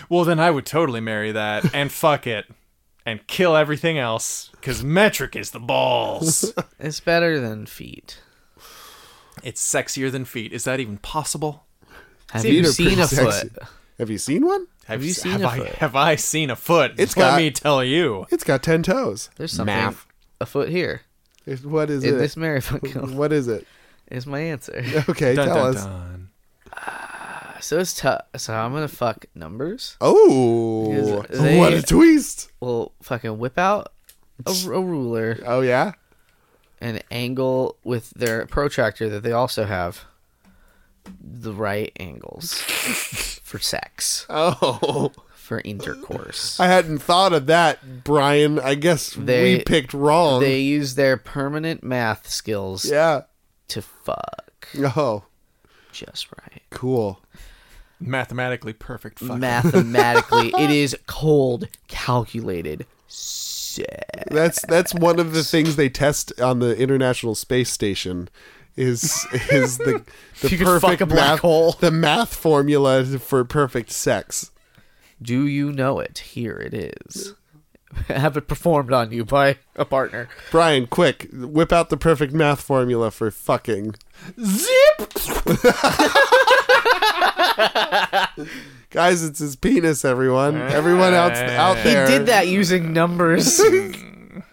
C: Well, then I would totally marry that and fuck it and kill everything else because metric is the balls.
A: It's better than feet.
C: it's sexier than feet. Is that even possible?
A: Have
B: Feet
A: you
B: are
A: seen
B: pretty
A: a
B: sexy.
A: foot?
B: Have you seen one?
C: Have,
A: you
C: s-
A: seen
C: have
A: a
C: I-
A: foot?
C: Have I seen a foot?
B: It's
C: Let
B: got-
C: me tell you.
B: It's got ten toes.
A: There's something
B: Math.
A: a foot here.
B: It's- What is
A: In
B: it?
A: this Mary Fuck Kill
B: What is it?
A: is my answer.
B: Okay,
C: Dun,
B: tell
C: dun,
B: us.
C: dun.
A: So it's tough. So I'm gonna fuck numbers.
B: Oh,
A: Is- they-
B: what a twist!
A: We'll fucking whip out a, a ruler
B: Oh yeah,
A: and angle with their protractor that they also have the right angles for sex
B: oh,
A: for intercourse.
B: I hadn't thought of that, Brian. I guess
A: They-
B: we picked wrong.
A: They use their permanent math skills
B: yeah.
A: to fuck
B: Oh,
A: just right.
B: cool.
C: Mathematically perfect. Fuck.
A: Mathematically, it is cold, calculated.
B: That's that's one of the things they test on the International Space Station is is the the
A: If you could fuck
B: perfect
A: a black
B: math,
A: hole.
B: the math formula for perfect sex.
A: Do you know it? Here it is. Have it performed on you by a partner.
B: Brian, quick, whip out the perfect math formula for fucking.
C: Zip.
B: Guys, it's his penis, everyone. Everyone else out
A: He
B: there.
A: did that using numbers. it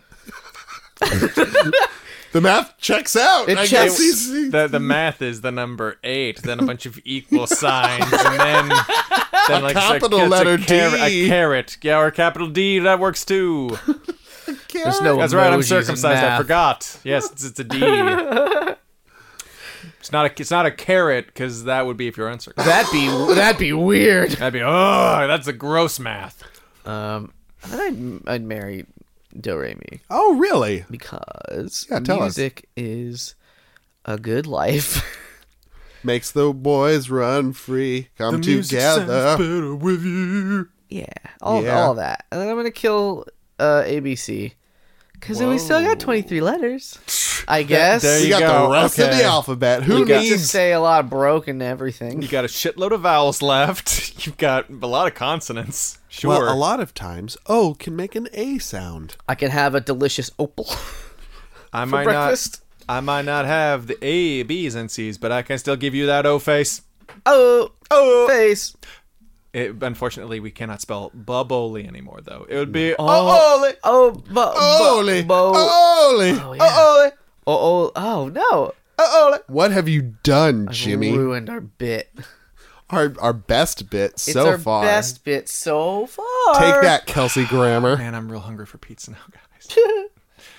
B: The math checks out.
A: It
B: I
A: checks-
B: guess he's- he-
C: the the math is the number eight, then a bunch of equal signs, and then then like it's
B: capital
C: it's
B: letter
C: a carrot,
B: D.
C: a carrot, yeah, or a capital D that works too.
A: There's no-
C: That's right, I'm
A: Emojis
C: circumcised.
A: and
C: I
A: math.
C: forgot. Yes, it's, it's a D. It's not a it's not a carrot because that would be if you're uncircumcised.
A: that'd be that'd be weird.
C: That'd be oh, that's a gross math.
A: Um, then I'd, I'd marry Do Re Mi
B: Oh, really?
A: because
B: Yeah, tell us.
A: music is a good life.
B: makes the boys run free. Come together.
C: better with you.
A: Yeah, all
B: Yeah.
A: all that. And then I'm gonna kill uh, ABC because we still got 23 letters. I guess
C: there
B: You
C: You
B: got
C: go,
B: the rest of
C: okay.
B: the alphabet. Who
A: you got to
B: needs?
A: say a lot of broken everything.
C: You got a shitload of vowels left. You've got a lot of consonants. Sure.
B: Well, a lot of times, O can make an A sound.
A: I can have a delicious opal.
C: I might
A: breakfast.
C: not. I might not have the A, B's, and C's, but I can still give you that O face.
A: oh, oh, face.
C: It, unfortunately, we cannot spell bubbly anymore, though. It would be oh,
A: Oh, bo,
B: Holy,
A: bo, bo,
B: holy,
A: oh, yeah. oh, oh, oh, no.
B: What have you done, Jimmy?
A: ruined our bit.
B: Our our best bit
A: It's
B: so
A: our
B: far.
A: best bit so far.
B: Take that, Kelsey Grammer.
C: Man, I'm real hungry for pizza now, guys.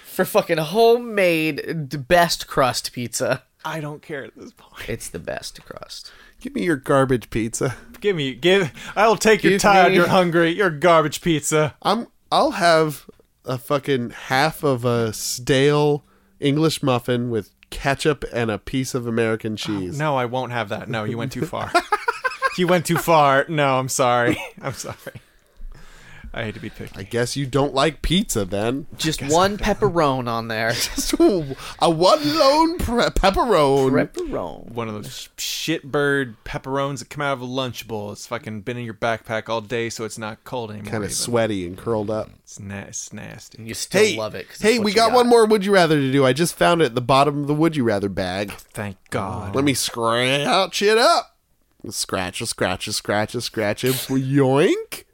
A: for fucking homemade d- best crust pizza.
C: I don't care at this point.
A: It's the best crust.
B: Give me your garbage pizza.
C: Give me, give. I'll take your
A: Give
C: tired.
A: me-
C: You're hungry. You're garbage pizza.
B: I'm I'll have a fucking half of a stale English muffin with ketchup and a piece of
A: Oh,
B: American cheese.
C: No, I won't have that. No, you went too far. you went too far. No, I'm sorry. I'm sorry. I hate to be picky.
B: I guess you don't like pizza then.
A: Just one pepperone on there.
B: Just a one lone pre- pepperoni.
A: pepperone.
C: one of those shitbird pepperones that come out of a lunch bowl. It's fucking been in your backpack all day, so it's not cold anymore.
B: kind
C: even.
B: of sweaty and curled up.
C: It's, na- it's nasty.
A: You still
B: Hey,
A: love it. 'cause it's
B: hey,
A: what
B: we
A: you
B: got, one more would you rather to do. I just found it at the bottom of the would you rather bag.
C: Thank God.
B: Let me scratch it up. Scratch it, scratch it, scratch it, scratch it. Yoink.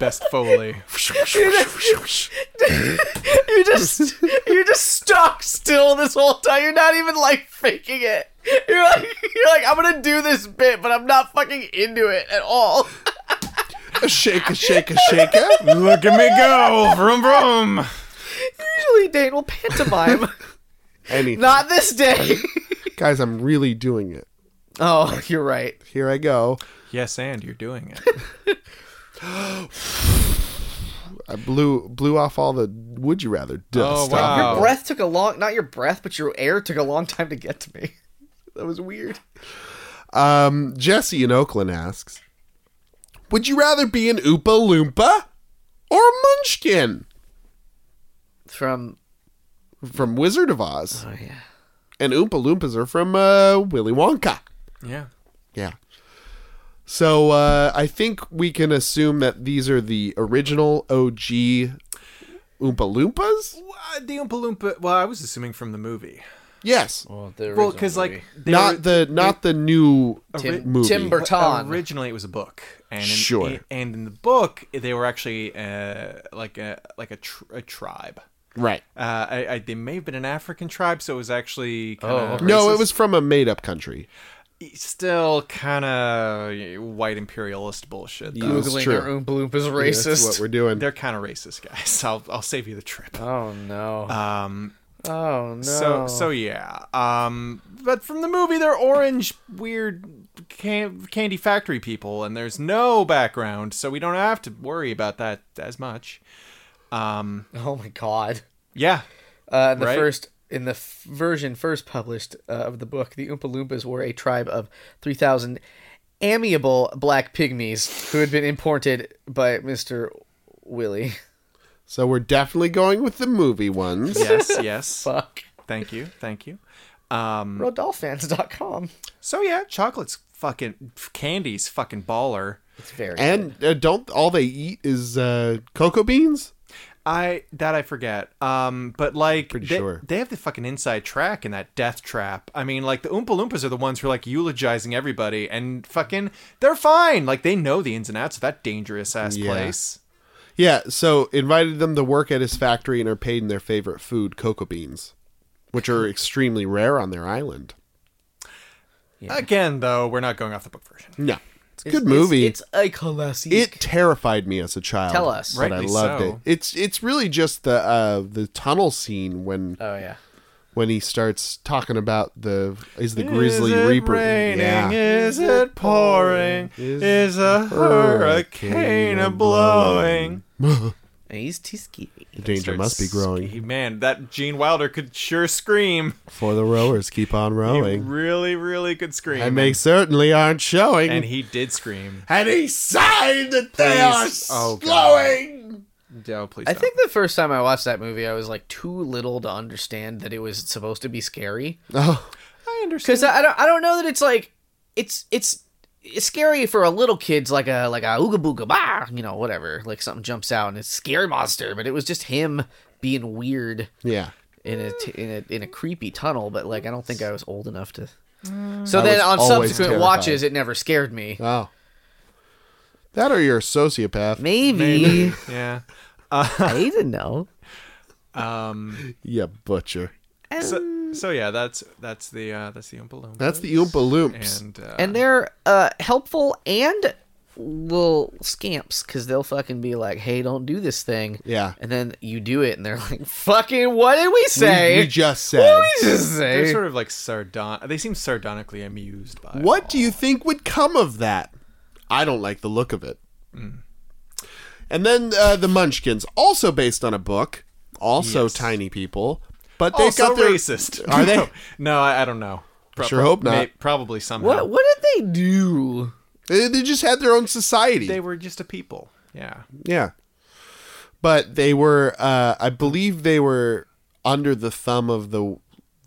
C: Best Foley.
A: You just you just stuck still this whole time. You're not even like faking it. You're like you're like I'm gonna do this bit, but I'm not fucking into it at all.
B: a shake, a shake, a shaker.
C: Look at me go! Vroom vroom!
A: Usually Dane will pantomime.
B: Anything.
A: not this day.
B: Guys, I'm really doing it.
A: oh, you're right.
B: Here I go.
C: Yes, and you're doing it.
B: I blew blew off all the would you rather dust.
C: Oh,
B: off.
C: wow.
A: Your breath took a long not your breath, but your air took a long time to get to me. That was weird.
B: Um, Jesse in Oakland asks, "Would you rather be an Oopa Loompa or a Munchkin
A: From
B: from Wizard of Oz?"
A: oh yeah.
B: And Oompa Loompas are from uh, Willy Wonka.
C: Yeah.
B: Yeah. So uh, I think we can assume that these are the original OG Oompa Loompas.
C: Well, the Oompa Loompa. Well, I was assuming from the movie.
B: Yes,
A: Well,
C: Well, because like Oh. they were-
B: not the not the new
A: Tim,
B: movie.
A: Tim Burton.
C: Originally, it was a book, and in,
B: Sure.
C: i- and in the book, they were actually uh, like a like a, tr- a tribe.
B: right?
C: Uh, I, I, they may have been an African tribe, so it was actually kinda
A: Oh, okay.
B: No, it was from a made up country.
C: still kind of white imperialist bullshit. Though.
B: That's
A: Googling
B: true.
A: our own bloop is
B: That's
A: racist.
B: what we're doing.
C: They're kind of racist, guys. I'll I'll save you the trip.
B: Uh.
A: oh no.
C: Um.
A: oh no.
C: So so yeah. Um. But from the movie, they're orange, weird can- candy factory people, and there's no background, so we don't have to worry about that as much. Um.
A: oh my god.
C: Yeah.
A: Uh, in the
C: Right?
A: first in the f- version first published uh, of the book, the Oompa Loompas were a tribe of three thousand amiable black pygmies who had been imported by Mister Willie.
B: So we're definitely going with the movie ones.
C: Yes. Yes.
A: Fuck.
C: thank you. Thank you. Um.
A: Rodolphans.com.
C: So yeah, chocolate's fucking candy's fucking baller.
A: It's very
B: And uh, don't all they eat is uh, cocoa beans?
C: I that I forget. Um, but like
B: Pretty
C: they,
B: sure.
C: they have the fucking inside track in that death trap. I mean, like the Oompa Loompas are the ones who are like eulogizing everybody, and fucking they're fine. Like they know the ins and outs of that dangerous ass
B: Yeah.
C: place.
B: Yeah. So invited them to work at his factory and are paid in their favorite food, cocoa beans, which are extremely rare on their island.
C: Again, though, we're not going off the book version.
B: No, it's a good movie.
A: It's, a classic.
B: it terrified me as a child.
A: Tell us.
B: but I
C: Rightly
B: loved
C: so.
B: it. It's it's really just the uh, the tunnel scene when
A: oh yeah.
B: when he starts talking about the is the grizzly reaper. Yeah.
C: Is it pouring?
B: Is
C: Is a
B: hurricane
C: hurricane a blowing?
A: And he's he's skeevy.
B: The danger must be growing.
C: Man, that Gene Wilder could sure scream.
B: For the rowers, keep on
C: He
B: rowing.
C: really, really could scream.
B: And they certainly aren't showing.
C: and he did scream.
B: and he signed that they
C: Please.
B: are
C: Oh, God.
B: slowing.
C: No, oh, please.
A: I
C: don't.
A: think the first time I watched that movie, I was like too little to understand that it was supposed to be scary.
B: Oh,
C: I understand.
A: Because I, I don't, I don't know that it's like it's it's it's scary for a little kids like a like a ooga booga bah, you know, whatever. Like something jumps out and it's scary monster, but it was just him being weird
B: yeah.
A: in a t- in a in a creepy tunnel. But like, I don't think I was old enough to. So
B: I
A: then,
B: was
A: on
B: always
A: subsequent
B: terrified.
A: watches, it never scared me.
B: Oh. That or you're a sociopath.
A: Maybe
C: Yeah.
A: I didn't know.
C: Um.
B: Yeah, butcher.
C: So, so yeah, that's that's the uh, that's the Oompa Loompa.
B: That's the Oompa Loomps.
C: and uh,
A: and they're uh, helpful and little scamps because they'll fucking be like, "Hey, don't do this thing."
B: Yeah.
A: and then you do it, and they're like, "Fucking, what did we say?
B: We, we just said.
A: What did we just
C: they're
A: say?"
C: sort of like sardon. They seem sardonically amused by it
B: What do you think would come of that? Mm. I don't like the look of it. And then uh, the Munchkins, also based on a book, also tiny people, but they've
C: also
B: got their
C: racist.
B: Oh, Are they?
C: No, no, I, I don't know. Pro-
B: sure hope not.
C: probably somehow.
A: what what did they do?
B: They, they just had their own society.
C: They were just a people. Yeah.
B: yeah, but they were. Uh, I believe they were under the thumb of the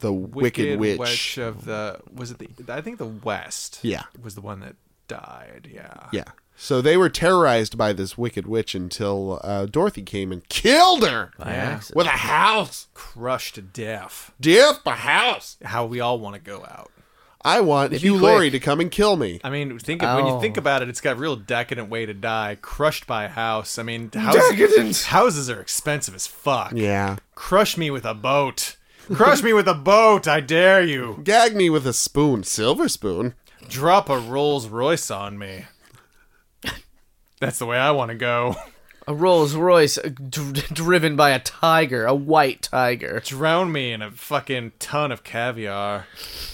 B: the Wicked, Witch.
C: of the was it the I think the West.
B: Yeah.
C: Was the one that died. Yeah.
B: Yeah. So they were terrorized by this Wicked Witch until uh, Dorothy came and killed her
C: Yeah.
B: with a house.
C: Crushed to death.
B: Death by house.
C: How we all want to go out.
B: I want Hugh
A: quick.
B: Laurie to come and kill me.
C: I mean, think of, when you
A: Oh.
C: think about it, it's got a real decadent way to die. Crushed by a house. I mean,
B: Decadent.
C: houses, houses are expensive as fuck.
B: Yeah.
C: Crush me with a boat. Crush me with a boat, I dare you.
B: Gag me with a spoon, silver spoon.
C: Drop a Rolls Royce on me. That's the way I want to go.
A: A Rolls Royce uh, d- driven by a tiger, a white tiger.
C: Drown me in a fucking ton of caviar.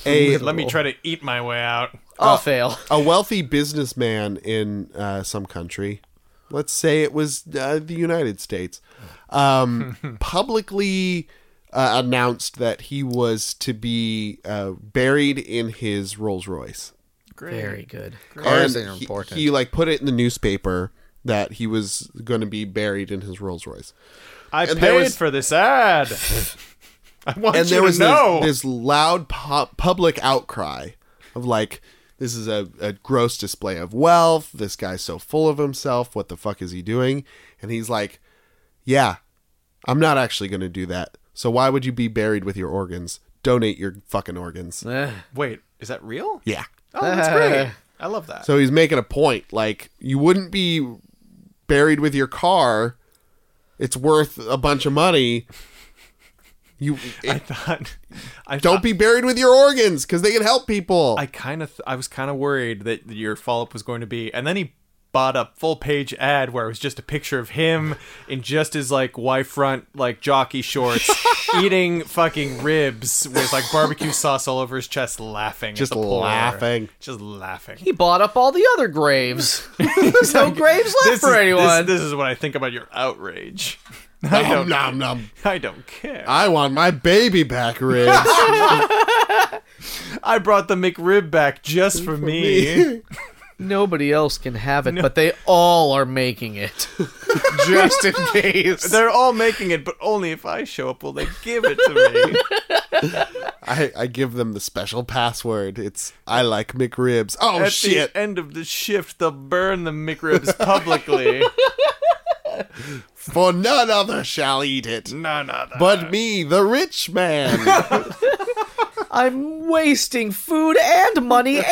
B: A
C: Let me try to eat my way out.
A: I'll fail.
B: a wealthy businessman in uh, some country. Let's say it was uh, the United States. Um, publicly uh, announced that he was to be uh, buried in his Rolls Royce.
C: Great.
A: Very good.
B: and
A: Cars are
B: he,
A: important.
B: he like put it in the newspaper that he was going to be buried in his Rolls Royce.
C: I
B: And
C: paid
B: there was-
C: for this ad. I want
B: and
C: you
B: there was
C: to know.
B: this, this loud pu- public outcry of like this is a, a gross display of wealth this guy's so full of himself what the fuck is he doing and he's like yeah i'm not actually going to do that so why would you be buried with your organs donate your fucking organs
A: Ugh.
C: Wait, is that real?
B: yeah
C: Oh, that's great. I love that.
B: so he's making a point like you wouldn't be buried with your car it's worth a bunch of money you
C: I thought. I
B: don't be buried with your organs because they can help people
C: I kind of th- I was kind of worried that your follow up was going to be, and then he bought a full page ad where it was just a picture of him in just his like Y front like jockey shorts eating fucking ribs with like barbecue sauce all over his chest, laughing, at
B: Just
C: the poor-
B: laughing.
C: just laughing.
A: He bought up all the other graves. There's no graves left
C: This
A: for
C: is,
A: anyone.
C: This, this is what I think about your outrage. I
B: Nom,
C: don't,
B: nom, nom.
C: I don't care. I,
B: I want my baby back ribs.
C: brought the McRib back just for, me.
A: Nobody else can have it, but they all are making it. Just in case.
C: They're all making it, but only if I show up will they give it to me.
B: I, I give them the special password. It's I like McRibs. Oh
C: at
B: shit!
C: the end of the shift, they'll burn the McRibs publicly.
B: For none other shall eat it,
C: no, no, no.
B: but me, the rich man.
A: I'm wasting food and money and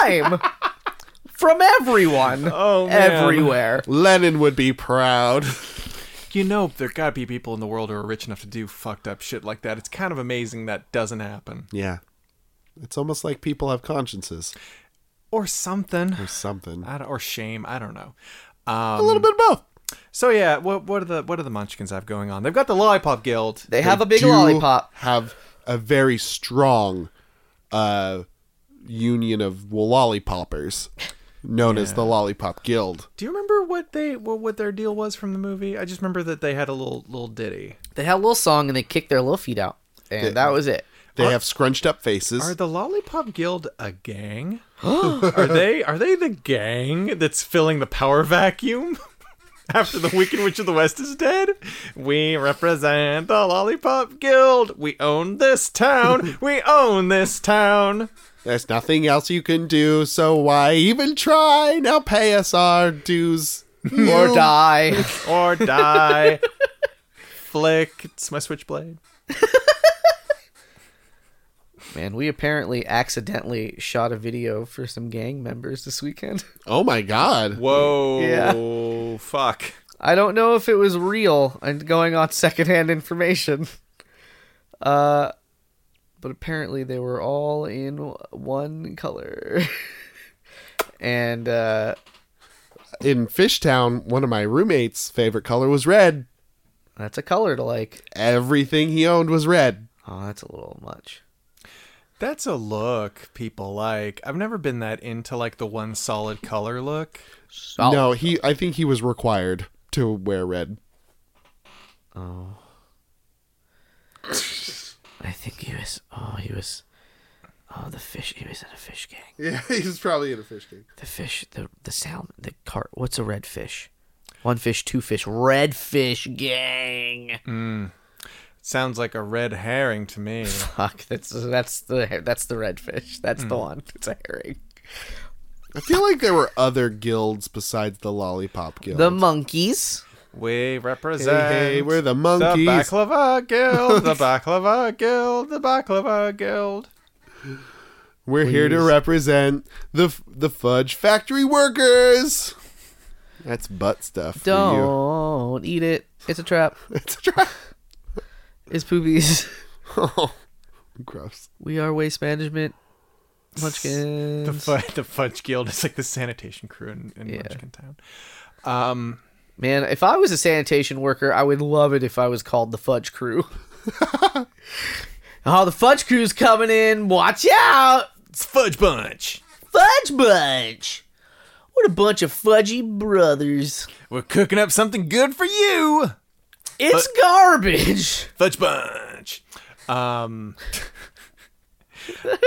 A: time from everyone.
C: Oh, man.
A: Everywhere.
B: Lenin would be proud.
C: you know, there gotta be people in the world who are rich enough to do fucked up shit like that. It's kind of amazing that doesn't happen
B: Yeah, it's almost like people have consciences
C: or something,
B: or something.
C: I don't- or shame. I don't know.
B: A
C: Um,
B: little bit of both.
C: so yeah, what what are the what do the Munchkins have going on? They've got the Lollipop Guild.
A: They have a big
B: do
A: lollipop.
B: Have a very strong uh, union of lollipoppers. known as the Lollipop Guild.
C: Do you remember what they what, what their deal was from the movie? I just remember that they had a little little ditty.
A: They had a little song and they kicked their little feet out, and that was it.
B: They have scrunched up faces.
C: Are the Lollipop Guild a gang? are they are they the gang that's filling the power vacuum after the Wicked Witch of the West is dead? We represent the Lollipop Guild. We own this town. we own this town.
B: There's nothing else you can do, so why even try? Now pay us our dues.
A: Or die.
C: or die. Flick, it's my switchblade.
A: Man, we apparently accidentally shot a video for some gang members this weekend.
B: Oh my god.
C: Whoa,
A: Yeah.
C: fuck.
A: I don't know if it was real and going on secondhand information. Uh, but apparently they were all in one color. and uh,
B: In Fishtown, one of my roommates' favorite color was red.
A: that's a color to like.
B: Everything he owned was red.
A: Oh, that's a little much.
C: That's a look people like. I've never been that into like the one solid color look.
A: Oh.
B: No, he I think he was required to wear red.
A: Oh. I think he was. Oh, he was. Oh, the fish. He was in a fish gang.
B: Yeah, he was probably in a fish tank.
A: The fish. The the salmon. The cart. What's a red fish? One fish, two fish. Red fish gang.
C: Sounds like a red herring to me.
A: Fuck. That's that's the that's the red fish. That's
C: Hmm.
A: the one. It's a herring.
B: I feel like there were other guilds besides the Lollipop Guild.
A: The monkeys.
C: We
B: hey,
C: represent.
B: hey, we're the
C: the
B: monkeys.
C: Baklava Guild, the Baklava Guild, the Baklava Guild.
B: We're here to represent the f- the fudge factory workers. That's butt stuff. For
A: Don't eat it. It's a trap.
B: you. It's a trap.
A: It's poopies.
B: Oh, gross.
A: We are waste management. Munchkins.
C: The, fu- the Fudge Guild is like the sanitation crew in, in
A: Yeah.
C: Munchkin Town. Um,
A: Man, if I was a sanitation worker, I would love it if I was called the Fudge Crew. oh, the Fudge Crew's coming in. Watch out!
C: it's Fudge Bunch.
A: Fudge Bunch! What a bunch of fudgy brothers.
C: We're cooking up something good for you.
A: It's garbage!
C: Fudge Bunch. Um, uh,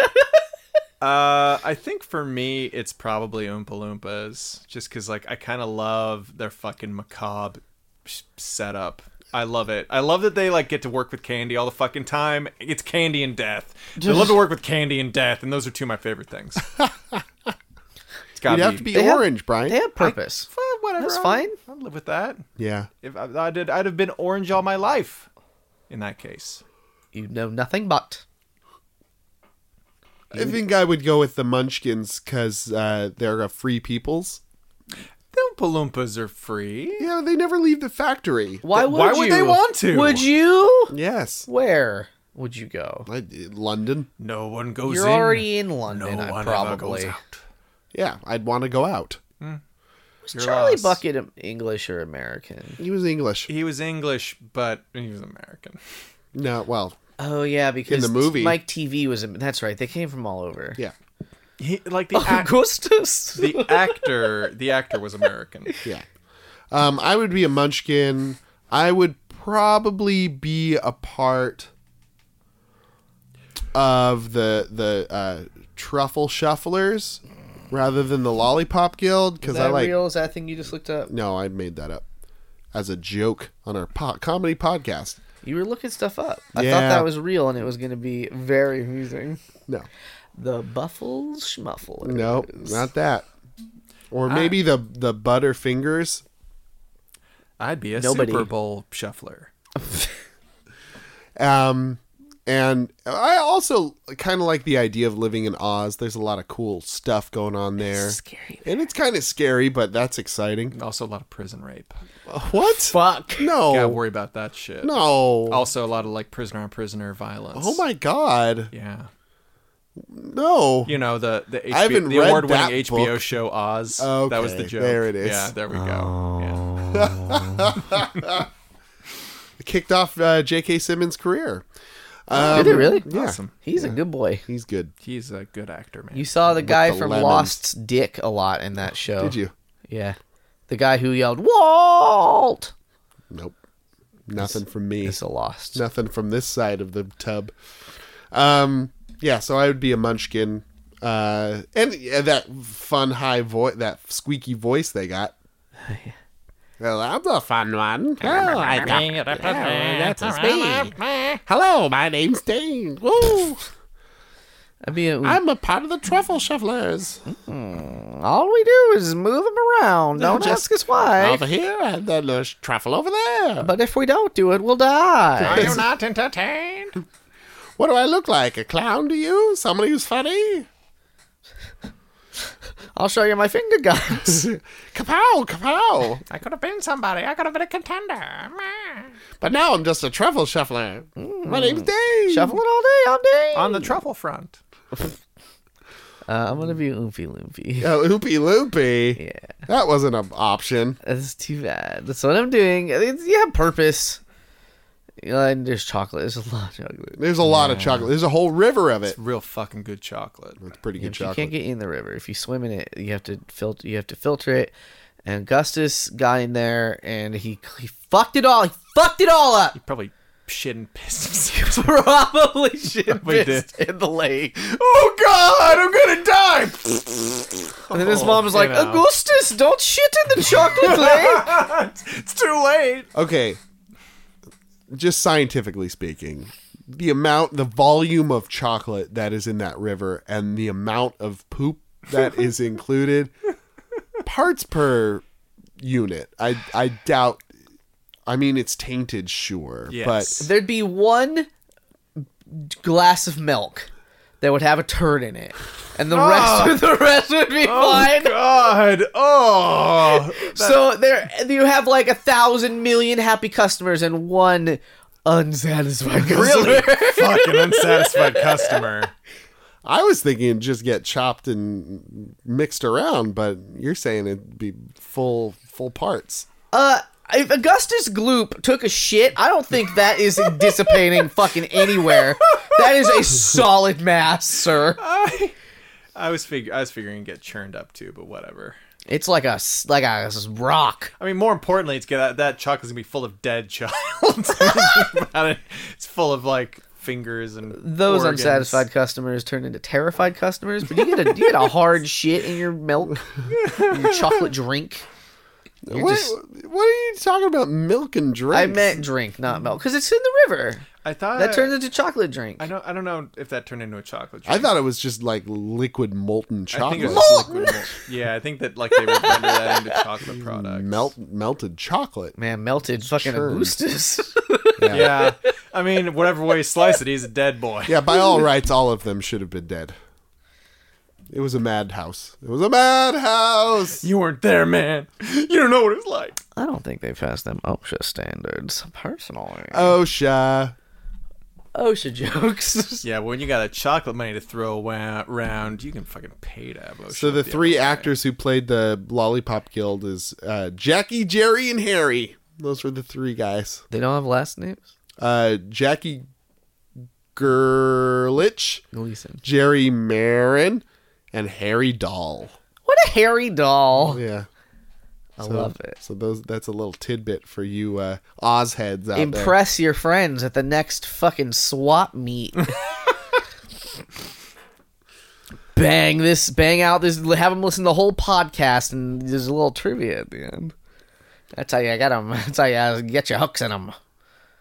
C: I think for me, it's probably Oompa Loompas, just because like I kind of love their fucking macabre sh- setup. I love it. I love that they like get to work with candy all the fucking time. It's candy and death. They love to work with candy and death, and those are two of my favorite things. it's got
B: You'd have to be
A: They have-
B: orange, Brian.
A: They have purpose.
C: whatever.
A: That's
C: I'll-
A: fine.
C: I'll live with that.
B: yeah.
C: If I, I did, I'd have been orange all my life. In that case.
A: you know nothing but.
B: I think I would go with the Munchkins because uh, they're a free peoples.
C: The Oompa Loompas are free.
B: Yeah, they never leave the factory.
A: Why would
C: why would they
A: you?
C: want to?
A: Would you?
B: Yes.
A: Where would you go?
B: I, London.
C: No one goes
A: You're
C: in.
A: already in
C: no
A: London, I
C: one ever
A: probably.
C: goes out.
B: Yeah, I'd want to go out.
A: Was
C: You're
A: Charlie
C: lost.
A: Bucket um, English or American?
B: He was English.
C: He was English, but he was American.
B: No, well,
A: Oh yeah, because
B: the movie.
A: Mike TV was. That's right. They came from all over.
B: yeah,
C: He like
A: Oh,
C: the ac-
A: Augustus.
C: the actor. The actor was American.
B: yeah. Um, I would be a Munchkin. I would probably be a part of the the uh, truffle shufflers rather than the lollipop guild
A: Is
B: because I
A: that
B: like
A: real? Is that thing you just looked up?
B: No, I made that up as a joke on our po- comedy podcast.
A: You were looking stuff up. I thought
B: Yeah.
A: that was real, and it was going to be very amusing.
B: No,
A: The Buffle Schmuffle.
B: no, not that. Or maybe the the Butterfingers.
C: I'd be a
A: Nobody.
C: Super Bowl shuffler.
B: Um, and I also kind of like the idea of living in Oz. There's a lot of cool stuff going on there,
A: Scary.
B: and it's kind of scary, but that's exciting.
C: Also, a lot of prison rape.
B: What?
A: Fuck.
C: Gotta
B: No,
C: worry about that shit.
B: no.
C: Also, a lot of like prisoner on prisoner violence.
B: Oh my god,
C: Yeah.
B: no.
C: You know the the,
B: I haven't
C: HBO, the
B: read
C: award winning
B: that
C: HBO
B: book.
C: show Oz. that was the
B: Okay,
C: joke.
B: there it is. Oh.
C: Yeah, there we go. Yeah.
B: It kicked off uh, J.K. Simmons' career. Um,
A: Did they really?
B: Yeah.
C: Awesome.
A: He's a good boy.
B: He's good.
C: He's a good actor, man.
A: You saw the guy
B: the
A: from
B: lemons.
A: Lost's dick a lot in that show.
B: Did you?
A: Yeah. The guy who yelled, Walt!
B: Nope. Nothing from me.
A: It's a Lost.
B: Nothing from this side of the tub. Um, yeah, so I would be a munchkin. Uh, and yeah, that fun high voice, that squeaky voice they got. Well, I'm the fun one. Oh, I got, oh, that's a me. Hello, my name's Dane. Woo!
A: I mean,
B: I'm a part of the truffle shufflers.
A: all we do is move him around. Don't
B: just-
A: ask us why.
B: Over here, and then there's truffle over there.
A: But if we don't do it, we'll die.
B: you
C: not entertained?
B: What do I look like? A clown to you? Somebody who's funny?
A: I'll show you my finger guns.
B: Kapow, kapow.
C: I could have been somebody. I could have been a contender.
B: But now I'm just a truffle mm. shuffler. My name's Dave.
A: Shuffle it all day, all day.
C: On the truffle front.
A: uh, I'm gonna be Oompy Loompy.
B: Oh, Oopy Loopy.
A: Yeah.
B: That wasn't an option.
A: That's too bad. That's what I'm doing. It's, you have purpose. You know, and there's chocolate. There's a lot of chocolate.
B: There's a lot of chocolate. There's a whole river of it.
C: Real fucking good chocolate.
B: It's pretty good
A: If you
B: chocolate.
A: can't get in the river, if you swim in it, you have to filter. You have to filter it. And Augustus got in there, and he he fucked it all. He fucked it all up.
C: Probably shit and pissed himself.
A: Probably shit
C: Probably
A: pissed in the lake.
C: oh god, I'm gonna die! Oh,
A: And then his mom was
C: you
A: like,
C: know.
A: Augustus, don't shit in the chocolate lake.
C: it's too late.
B: Okay. Just scientifically speaking, the amount, the volume of chocolate that is in that river and the amount of poop that is included, parts per unit, I, I doubt. I mean, it's tainted, sure.
C: Yes.
A: There'd be one glass of milk that would have a turd in it, and the
C: Ah.
A: rest the rest would be
C: Oh,
A: fine.
C: God. Oh.
A: So there, you have like a thousand million happy customers and one unsatisfied customer.
C: fucking unsatisfied customer.
B: I was thinking it'd just get chopped and mixed around, but you're saying it'd be full full parts.
A: Uh, if Augustus Gloop took a shit, I don't think that is dissipating fucking anywhere. That is a solid mass, sir.
C: I, I was fig- I was figuring it'd get churned up too, but whatever.
A: It's like a s- like a s- rock.
C: I mean, more importantly, it's that that chocolate's gonna be full of dead child. it's full of like fingers and
A: Those
C: organs.
A: unsatisfied customers turn into terrified customers, but you get a you get a hard shit in your milk, in your chocolate drink. You're
B: What,
A: just-
B: what are you talking about? Milk and drinks?
A: I meant drink, not milk, because it's in the river.
C: I thought
A: That turns into chocolate drink.
C: Uh, I don't. I don't know if that turned into a chocolate.
B: I
C: Drink.
B: thought it was just like liquid molten
C: I think
B: chocolate.
C: it was liquid milk. Yeah, I think that like they would render that into chocolate products.
B: Melt melted chocolate.
A: Man, melted fucking
B: Sure.
A: Augustus.
C: Yeah, I mean, whatever way you slice it, he's a dead boy.
B: Yeah, by all rights, all of them should have been dead. It was a madhouse. It was a madhouse.
C: You weren't there, man. You don't know what it's like.
A: I don't think they pass them OSHA standards personally.
B: OSHA.
A: Uh, OSHA jokes.
C: Yeah, when you got a chocolate money to throw wa- around, you can fucking pay to have
B: So the three actors who played the Lollipop Guild is uh, Jackie, Jerry, and Harry. Those were the three guys.
A: they don't have last names.
B: Uh, Jackie Gerlich,
A: Gleason.
B: Jerry Marin, and Harry Doll.
A: What a hairy doll.
B: Yeah,
A: I love it.
B: So those that's a little tidbit for you uh, Oz heads out there.
A: Impress your friends at the next fucking swap meet. bang this, bang out this. Have them listen to the whole podcast, and there's a little trivia at the end. That's how you get them. That's how you get your hooks in them.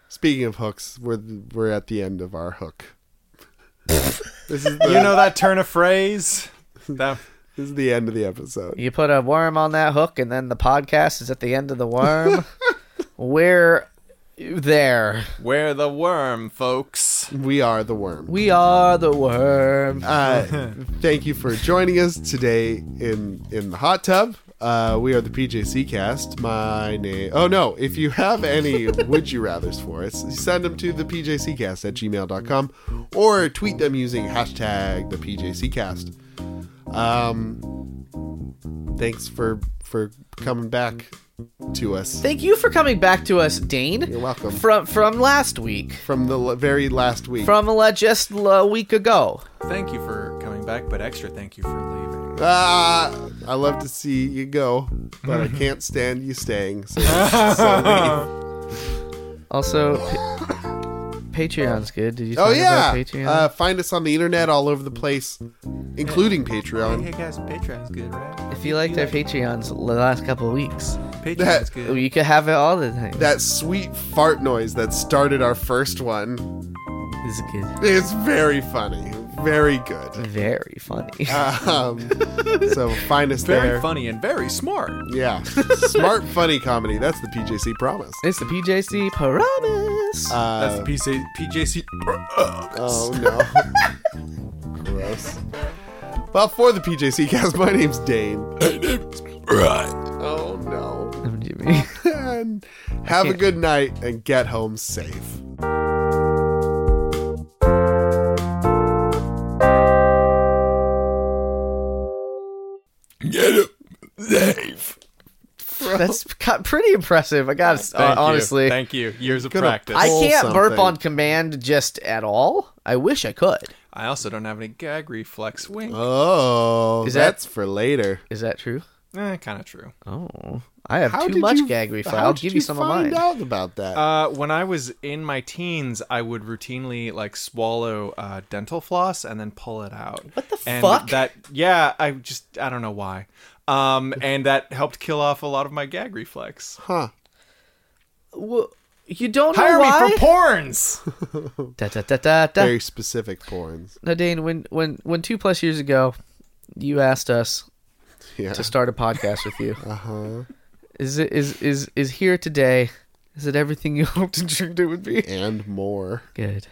B: Speaking of hooks, we're we're at the end of our hook. this is the,
C: You know that turn of phrase? That
B: this is the end of the episode.
A: You put a worm on that hook, and then the podcast is at the end of the worm. We're there.
C: we're the worm, folks.
B: We are the worm.
A: We are the worm.
B: uh, thank you for joining us today in in the hot tub. Uh, we are the PJC cast. My name. Oh, no. If you have any would you rathers for us, send them to the PJCcast at gmail.com or tweet them using hashtag the PJCcast. Um, thanks for, for coming back to us
A: Thank you for coming back to us, Dane.
B: You're welcome.
A: From from last week,
B: from the l- very last week.
A: from uh, just a week ago.
C: Thank you for coming back, but extra thank you for leaving.
B: ah, I love to see you go, but I can't stand you staying. So, so leave.
A: Also, pa- Patreon's good. Did you?
B: Oh
A: talk
B: yeah,
A: about Patreon.
B: uh, find us on the internet all over the place, including Patreon.
C: Hey guys, Patreon's good, right?
A: if you liked our Patreons the last couple of weeks,
C: Patreon's good.
A: you could have it all the time.
B: That sweet fart noise that started our first one
A: This is good.
B: is very funny, very good.
A: Very funny.
B: Um, so find us
C: Very
B: there.
C: funny and very smart.
B: Yeah, smart funny comedy. That's the PJC promise.
A: it's the PJC Promise.
B: Uh,
A: Um,
C: That's the PC, PJC.
B: Oh no. Gross. Well, for the PJC cast, my name's Dane. oh no.
A: I'm Jimmy.
B: And have a
A: can't-
B: good night and get home safe.
C: Get it, Dave.
A: That's got pretty impressive. I got to uh, honestly.
C: Thank you. Years of
B: Gonna-
C: practice.
A: I
C: I,
B: Pull
A: can't burp
B: something.
A: on command just at all. I wish I could.
C: also don't have any gag reflex. Wink.
A: Uh.
B: Oh,
A: Is that-
B: that's for later.
A: Is that true?
C: eh, kind of true.
A: Oh, I have
B: How
A: too
B: did
A: much
B: you-
A: gag reflex.
B: how
A: I'll
B: did
A: give you some of mine.
B: find out about that.
C: Uh, when I was in my teens, I would routinely like swallow uh, dental floss and then pull it out. What
A: the
C: and
A: fuck?
C: That yeah, I just I don't know why. Um, and that helped kill off a lot of my gag reflex.
B: huh.
A: Wha- you don't
C: Hire
A: know why?
C: me for porns.
A: da, da, da, da, da.
B: Very specific porns.
A: Now, Dane, when when when two plus years ago, you asked us
B: Yeah.
A: to start a podcast with you. Uh huh.
B: Uh-huh.
A: Is it is is is here today? Is it everything you hoped and dreamed it would be?
B: and more.
A: Good.